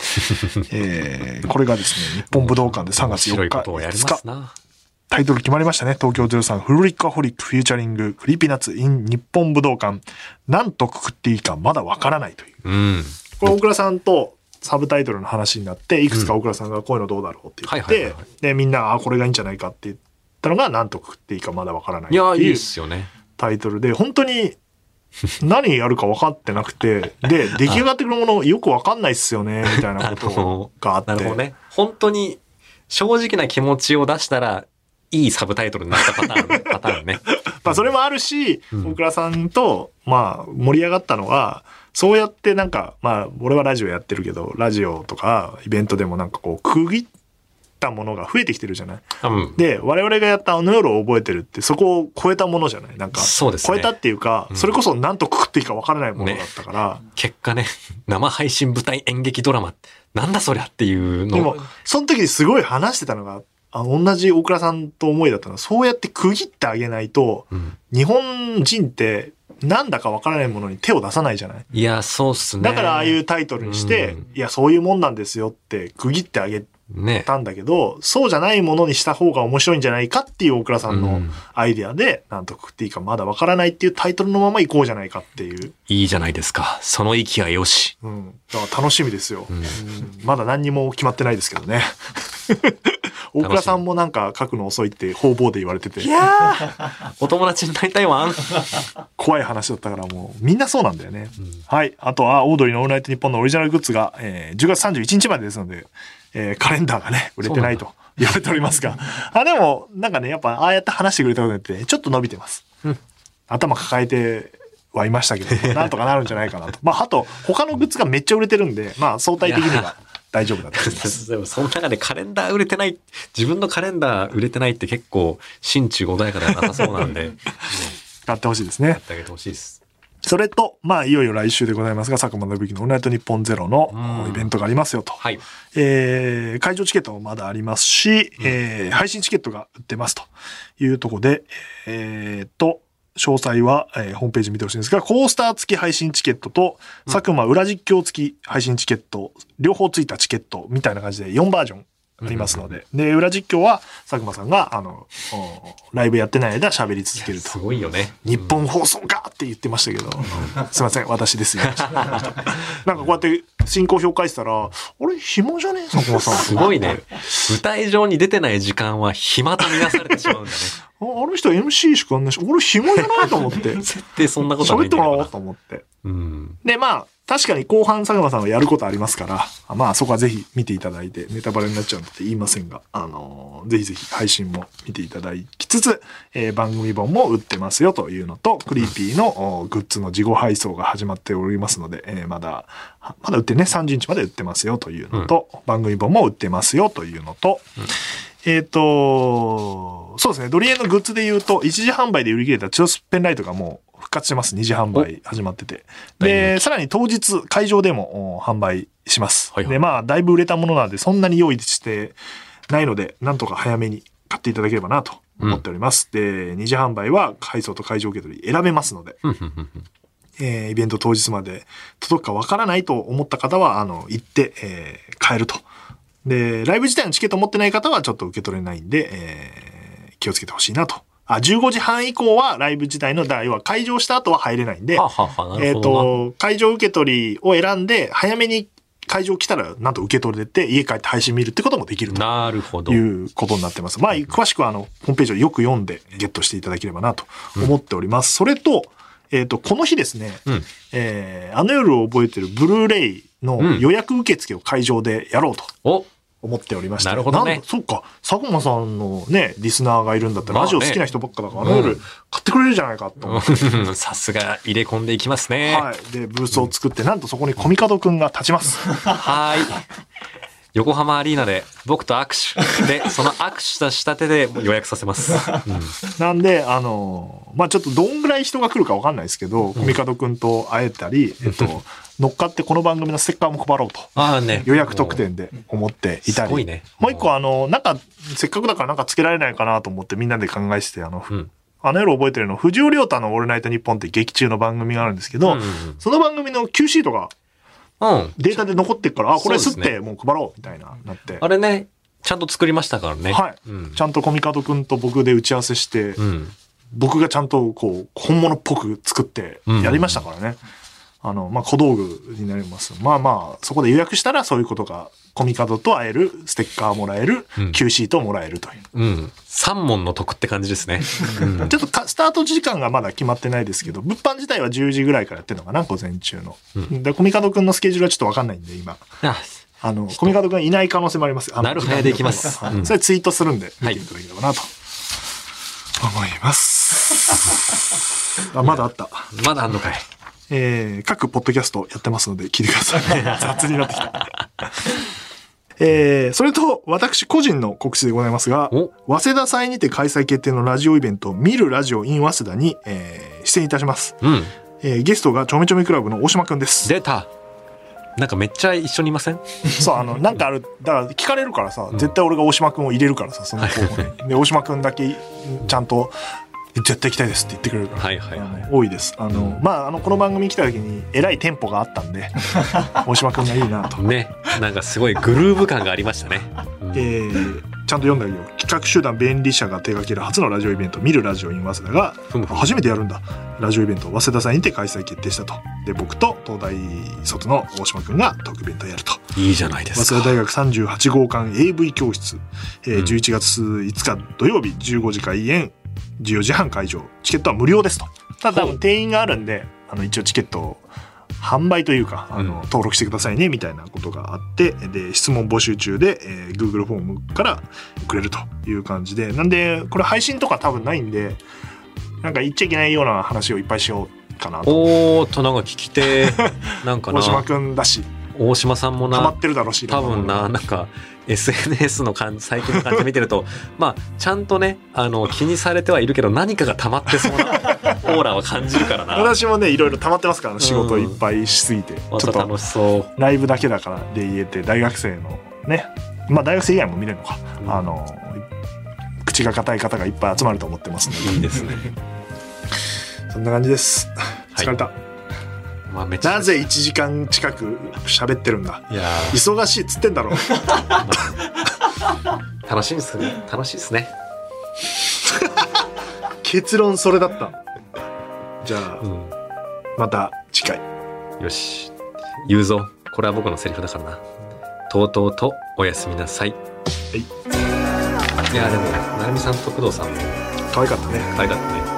[SPEAKER 1] えーこれがですね、日本武道館で3月
[SPEAKER 2] 白
[SPEAKER 1] 4
[SPEAKER 2] い
[SPEAKER 1] 日、
[SPEAKER 2] ことをやり
[SPEAKER 1] 5
[SPEAKER 2] ま
[SPEAKER 1] 日
[SPEAKER 2] す、な。
[SPEAKER 1] タイトル決まりましたね。東京03フルリッカホリックフューチャリングクリーピーナッツ in 日本武道館。なんとくくっていいかまだわからないという。
[SPEAKER 2] うん。
[SPEAKER 1] これ大倉さんとサブタイトルの話になっていくつか大倉さんがこういうのどうだろうって言っ
[SPEAKER 2] はいはい
[SPEAKER 1] て
[SPEAKER 2] はいはい
[SPEAKER 1] でみんなあこれがいいんじゃないかって言ったのが何と食っていいかまだわからないっ
[SPEAKER 2] い
[SPEAKER 1] て
[SPEAKER 2] や、いい
[SPEAKER 1] い
[SPEAKER 2] っ
[SPEAKER 1] う
[SPEAKER 2] すよね。
[SPEAKER 1] タイトルで本当に何やるか分かってなくて で出来上がってくるものよく分かんないっすよねみたいなことがあって
[SPEAKER 2] なるほどね。本当に、正直な気持ちを出したら、いいサブタイトルになったパターン、パターンね。
[SPEAKER 1] まあそれもあるし、
[SPEAKER 2] うん
[SPEAKER 1] 大倉さんと、まあ盛り上がったのは、そうやってなんか、まあ俺はラジオやってるけど、ラジオとかイベントでもなんかこう、区切ったものが増えてきてるじゃない。
[SPEAKER 2] うん。
[SPEAKER 1] で、我々がやったあの夜を覚えてるって、そこを超えたものじゃないなんか、
[SPEAKER 2] そうですね
[SPEAKER 1] 超えたっていうか、
[SPEAKER 2] うん
[SPEAKER 1] それこそ何とくくっていいか分からないものだったから、
[SPEAKER 2] 結果ね、生配信舞台演劇ドラマ、なんだそりゃっていうの
[SPEAKER 1] でも、その時にすごい話してたのが、あ同じ大倉さんと思いだったのは、そうやって区切ってあげないと、
[SPEAKER 2] うん
[SPEAKER 1] 日本人って、なんだか分からないものに手を出さないじゃない
[SPEAKER 2] いや、そうっすね。
[SPEAKER 1] だからああいう、タイトルにして、
[SPEAKER 2] うん
[SPEAKER 1] いや、そういうもんなんですよって区切ってあげ
[SPEAKER 2] ね。
[SPEAKER 1] たんだけど、そうじゃないものにした方が面白いんじゃないかっていう大倉さん
[SPEAKER 2] う
[SPEAKER 1] の
[SPEAKER 2] ん
[SPEAKER 1] アイデアで、なんとくくっていいかまだわからないっていうタイトルのまま行こうじゃないかっていう。
[SPEAKER 2] いいじゃないですか。その息はよし。
[SPEAKER 1] うん。だから楽しみですよ。
[SPEAKER 2] うん
[SPEAKER 1] うんまだ何にも決まってないですけどね。大倉さんもなんか書くの遅いって方々で言われてて、
[SPEAKER 2] やー お友達になりたいわん。
[SPEAKER 1] 怖い話だったからもうみんなそうなんだよね。はい。あとは、オードリーのオールナイトニッポンのオリジナルグッズが、えー10月31日までですので、えーカレンダーがね、売れてないと言われておりますが。あ、でも、なんかね、やっぱ、ああやって話してくれたことによって、ちょっと伸びてます。頭抱えて、はいましたけ ど、なんとかなるんじゃないかなと。まあ、あと、他のグッズがめっちゃ売れてるんで、まあ、相対的には大丈夫だと思います。
[SPEAKER 2] でもその中でカレンダー売れてない、自分のカレンダー売れてないって結構、心中穏やかではなさそ うなんで、やっ
[SPEAKER 1] 買ってほしいですね。
[SPEAKER 2] てあげてほしいです。
[SPEAKER 1] それと、まあ、いよいよ来週でございますが、佐久間信之のオールナイトニッポンゼロの
[SPEAKER 2] うん
[SPEAKER 1] イベントがありますよと。
[SPEAKER 2] はい。
[SPEAKER 1] えー会場チケットもまだありますし、えー配信チケットが売ってますというところで、えーっと、詳細は、えーホームページ見てほしいんですが、コースター付き配信チケットと、佐久間裏実況付き配信チケット、両方付いたチケットみたいな感じで4バージョンありますので、で、裏実況は佐久間さんが、あの、おライブやってない間喋り続けると
[SPEAKER 2] す。ごい よね。
[SPEAKER 1] 日本放送かって言ってましたけど、すいません、私ですよ。 なんかこうやって進行表書いてたら、あれ、紐じゃねえ佐久間さん。
[SPEAKER 2] すごいね。舞台上に出てない時間は暇と見なされてしま うんだね。
[SPEAKER 1] あ。あの人 MC しかやんないし、俺紐じゃないと思って。
[SPEAKER 2] 絶対 そんなことはな
[SPEAKER 1] 喋っ
[SPEAKER 2] いん
[SPEAKER 1] て
[SPEAKER 2] だ
[SPEAKER 1] もら
[SPEAKER 2] けど
[SPEAKER 1] おう
[SPEAKER 2] な
[SPEAKER 1] と。思って。
[SPEAKER 2] うん。
[SPEAKER 1] で、まあ、確かに後半佐久間さんはやることありますから、まあそこはぜひ見ていただいて、ネタバレになっちゃうので言いませんが、あのーぜひぜひ配信も見ていただきつつ、えー番組本も売ってますよというのと、クリーピーのおグッズの事後配送が始まっておりますので、えーまだ、はまだ売ってね、30日まで売ってますよというのと、番組本も売ってますよというのと、えっ、と、そうですね、ドリエンのグッズで言うと、一時販売で売り切れたチュロスペンライトがもう復活してます。二次販売始まってて。で、さらに当日、会場でもお販売します。
[SPEAKER 2] はいはい
[SPEAKER 1] で、まあ、だいぶ売れたものなんで、そんなに用意してないので、なんとか早めに買っていただければなと思っております。で、二次販売は配送と会場受け取り選べますので、
[SPEAKER 2] うんうんうんうん
[SPEAKER 1] えーイベント当日まで届くかわからないと思った方は、あの、行って、えー買えると。で、ライブ自体のチケット持ってない方はちょっと受け取れないんで、えー気をつけてほしいなと。あ、15時半以降はライブ自体の、だ要は会場した後は入れないんで
[SPEAKER 2] は、あ、はあはあ、な
[SPEAKER 1] え
[SPEAKER 2] る
[SPEAKER 1] っ、
[SPEAKER 2] ほど
[SPEAKER 1] と、会場受け取りを選んで、早めに会場来たら、なんと受け取れて、家帰って配信見るってこともできると。
[SPEAKER 2] な。なるほど。
[SPEAKER 1] いうことになってます。まあ、詳しくはあの、ホームページをよく読んでゲットしていただければなと思っております。それと、えっ、と、この日ですね、
[SPEAKER 2] うん。
[SPEAKER 1] えーあの夜を覚えてるブルーレイの予約受付を会場でやろうと
[SPEAKER 2] お、
[SPEAKER 1] 思っておりまして。
[SPEAKER 2] なるほどね
[SPEAKER 1] なんだそうか、佐久間さんのね、リスナーがいるんだったら、
[SPEAKER 2] まあ
[SPEAKER 1] ラ
[SPEAKER 2] ね
[SPEAKER 1] ジオ好きな人ばっかだから、あの夜
[SPEAKER 2] うん
[SPEAKER 1] 買ってくれるじゃないかと思って。
[SPEAKER 2] さすが入れ込んでいきますね。は
[SPEAKER 1] はい。で、ブースを作って、なんとそこにコミカドくんが立ちます。
[SPEAKER 2] ーい。横浜アリーナで僕と握手で、その握手した手でもう予約させます。うん
[SPEAKER 1] なんで、あの、まあ、ちょっとどんぐらい人が来るかわかんないですけど、コミカドくんと会えたり、えっと、乗っかってこの番組のステッカーも配ろうと。
[SPEAKER 2] ああね。
[SPEAKER 1] 予約特典で思っていたり。
[SPEAKER 2] すごいね
[SPEAKER 1] もう一個あの、なんか、せっかくだからなんかつけられないかなと思ってみんなで考えしてて、あの、
[SPEAKER 2] もう。うん。
[SPEAKER 1] あの夜覚えてるの、藤尾亮太のオールナイトニッポンって劇中の番組があるんですけど、
[SPEAKER 2] うんうんうん
[SPEAKER 1] その番組の Q シートが
[SPEAKER 2] うん。
[SPEAKER 1] データで残ってるから、あ、これ
[SPEAKER 2] そう
[SPEAKER 1] すっ
[SPEAKER 2] ですね
[SPEAKER 1] てもう配ろうみたいな、なって。
[SPEAKER 2] あれね、ちゃんと作りましたからね。
[SPEAKER 1] はい、
[SPEAKER 2] うん
[SPEAKER 1] ち。ゃんとコミカドくんと僕で打ち合わせして、
[SPEAKER 2] うん。
[SPEAKER 1] 僕がちゃんとこう本物っぽく作ってやりましたからね、あのまあ小道具になりますまあまあそこで予約したらそういうことがコミカドと会えるステッカーもらえる、
[SPEAKER 2] うん
[SPEAKER 1] Q シートもらえるという、
[SPEAKER 2] うん。三問の得って感じですね。うん
[SPEAKER 1] ちょっとかスタート時間がまだ決まってないですけど物販自体は10時ぐらいからやってるのかな午前中の、でコミカドくんのスケジュールはちょっと分かんないんで今
[SPEAKER 2] あ
[SPEAKER 1] あのコミカドくんいない可能性もありますあの
[SPEAKER 2] なるほどねできます
[SPEAKER 1] はい
[SPEAKER 2] うん
[SPEAKER 1] それツイートするんで見
[SPEAKER 2] は
[SPEAKER 1] て
[SPEAKER 2] い
[SPEAKER 1] いただければなと思います、あまだあった
[SPEAKER 2] まだあんのかい。
[SPEAKER 1] えー各ポッドキャストやってますので聞いてくださ い。雑になってきた。えーそれと、私個人の告知でございますが、
[SPEAKER 2] お
[SPEAKER 1] 早稲田祭にて開催決定のラジオイベント、見るラジオ in 早稲田に、えー出演いたします。
[SPEAKER 2] うん。
[SPEAKER 1] えーゲストがちょめちょめクラブの大島くんです。
[SPEAKER 2] 出た。なんかめっちゃ一緒にいません
[SPEAKER 1] そう、あの、なんかある、だから聞かれるからさ、絶対俺が大島くんを入れるからさ、その候補 に。で、大島くんだけ、ちゃんと、絶対行きたいですって言ってくれるから。
[SPEAKER 2] はいはいはい
[SPEAKER 1] あの多いです。あの、まあ、あの、この番組来た時に、えらいテンポがあったん で、大島くんがいいなと。
[SPEAKER 2] ね。なんかすごいグルーヴ感がありましたね。うん
[SPEAKER 1] えーちゃんと読んだよ企画集団便利社が手掛ける初のラジオイベント「見るラジオ in 早稲田が」
[SPEAKER 2] ふむふむ
[SPEAKER 1] 初めてやるんだラジオイベントを早稲田さんにて開催決定したとで僕と東大卒の大島君が特別をやると
[SPEAKER 2] いいじゃないで
[SPEAKER 1] 早
[SPEAKER 2] す
[SPEAKER 1] 稲田
[SPEAKER 2] か。
[SPEAKER 1] 大学38号館 AV 教室、えー
[SPEAKER 2] うん
[SPEAKER 1] 11月5日土曜日15時開演14時半会場チケットは無料ですとただ多
[SPEAKER 2] ほ
[SPEAKER 1] 分
[SPEAKER 2] う
[SPEAKER 1] 定員があるんであの一応チケットを販売というかあの、
[SPEAKER 2] うん
[SPEAKER 1] 登録してくださいねみたいなことがあってで質問募集中で、えー Google フォームからくれるという感じでなんでこれ配信とか多分ないんでなんか言っちゃいけないような話をいっぱいしようかなと。
[SPEAKER 2] おーっとなんか聞き手なんかな
[SPEAKER 1] 大島くんだし、
[SPEAKER 2] 大島さんも
[SPEAKER 1] 溜ま
[SPEAKER 2] な
[SPEAKER 1] ってるだろうし。
[SPEAKER 2] 多分な
[SPEAKER 1] うん
[SPEAKER 2] なんか SNS の感じ最近の感じ見てると まあちゃんとねあの気にされてはいるけど何かが溜まってそうなオーラは感じるからな
[SPEAKER 1] 私もねいろいろ溜まってますからね仕事いっぱいしすぎて、ちょ
[SPEAKER 2] ま
[SPEAKER 1] ったと
[SPEAKER 2] 楽しそう
[SPEAKER 1] ライブだけだからで言えて大学生のねまあ大学生以外も見れるのか、
[SPEAKER 2] うん
[SPEAKER 1] あの口が硬い方がいっぱい集まると思ってますので
[SPEAKER 2] いいですね
[SPEAKER 1] そんな感じです
[SPEAKER 2] い
[SPEAKER 1] 疲れた、
[SPEAKER 2] まあめっちゃ
[SPEAKER 1] なぜ1時間近く喋ってるんだ
[SPEAKER 2] いや
[SPEAKER 1] 忙しいっつってんだ ろ
[SPEAKER 2] ー楽しいですね楽しいですね
[SPEAKER 1] 結論それだったじゃあ
[SPEAKER 2] う
[SPEAKER 1] また次回
[SPEAKER 2] んよし言うぞこれは僕のセリフだからなとうとうとおやすみなさいいやーでも成美さんと工藤さんも
[SPEAKER 1] 可愛かったね
[SPEAKER 2] 可愛かったね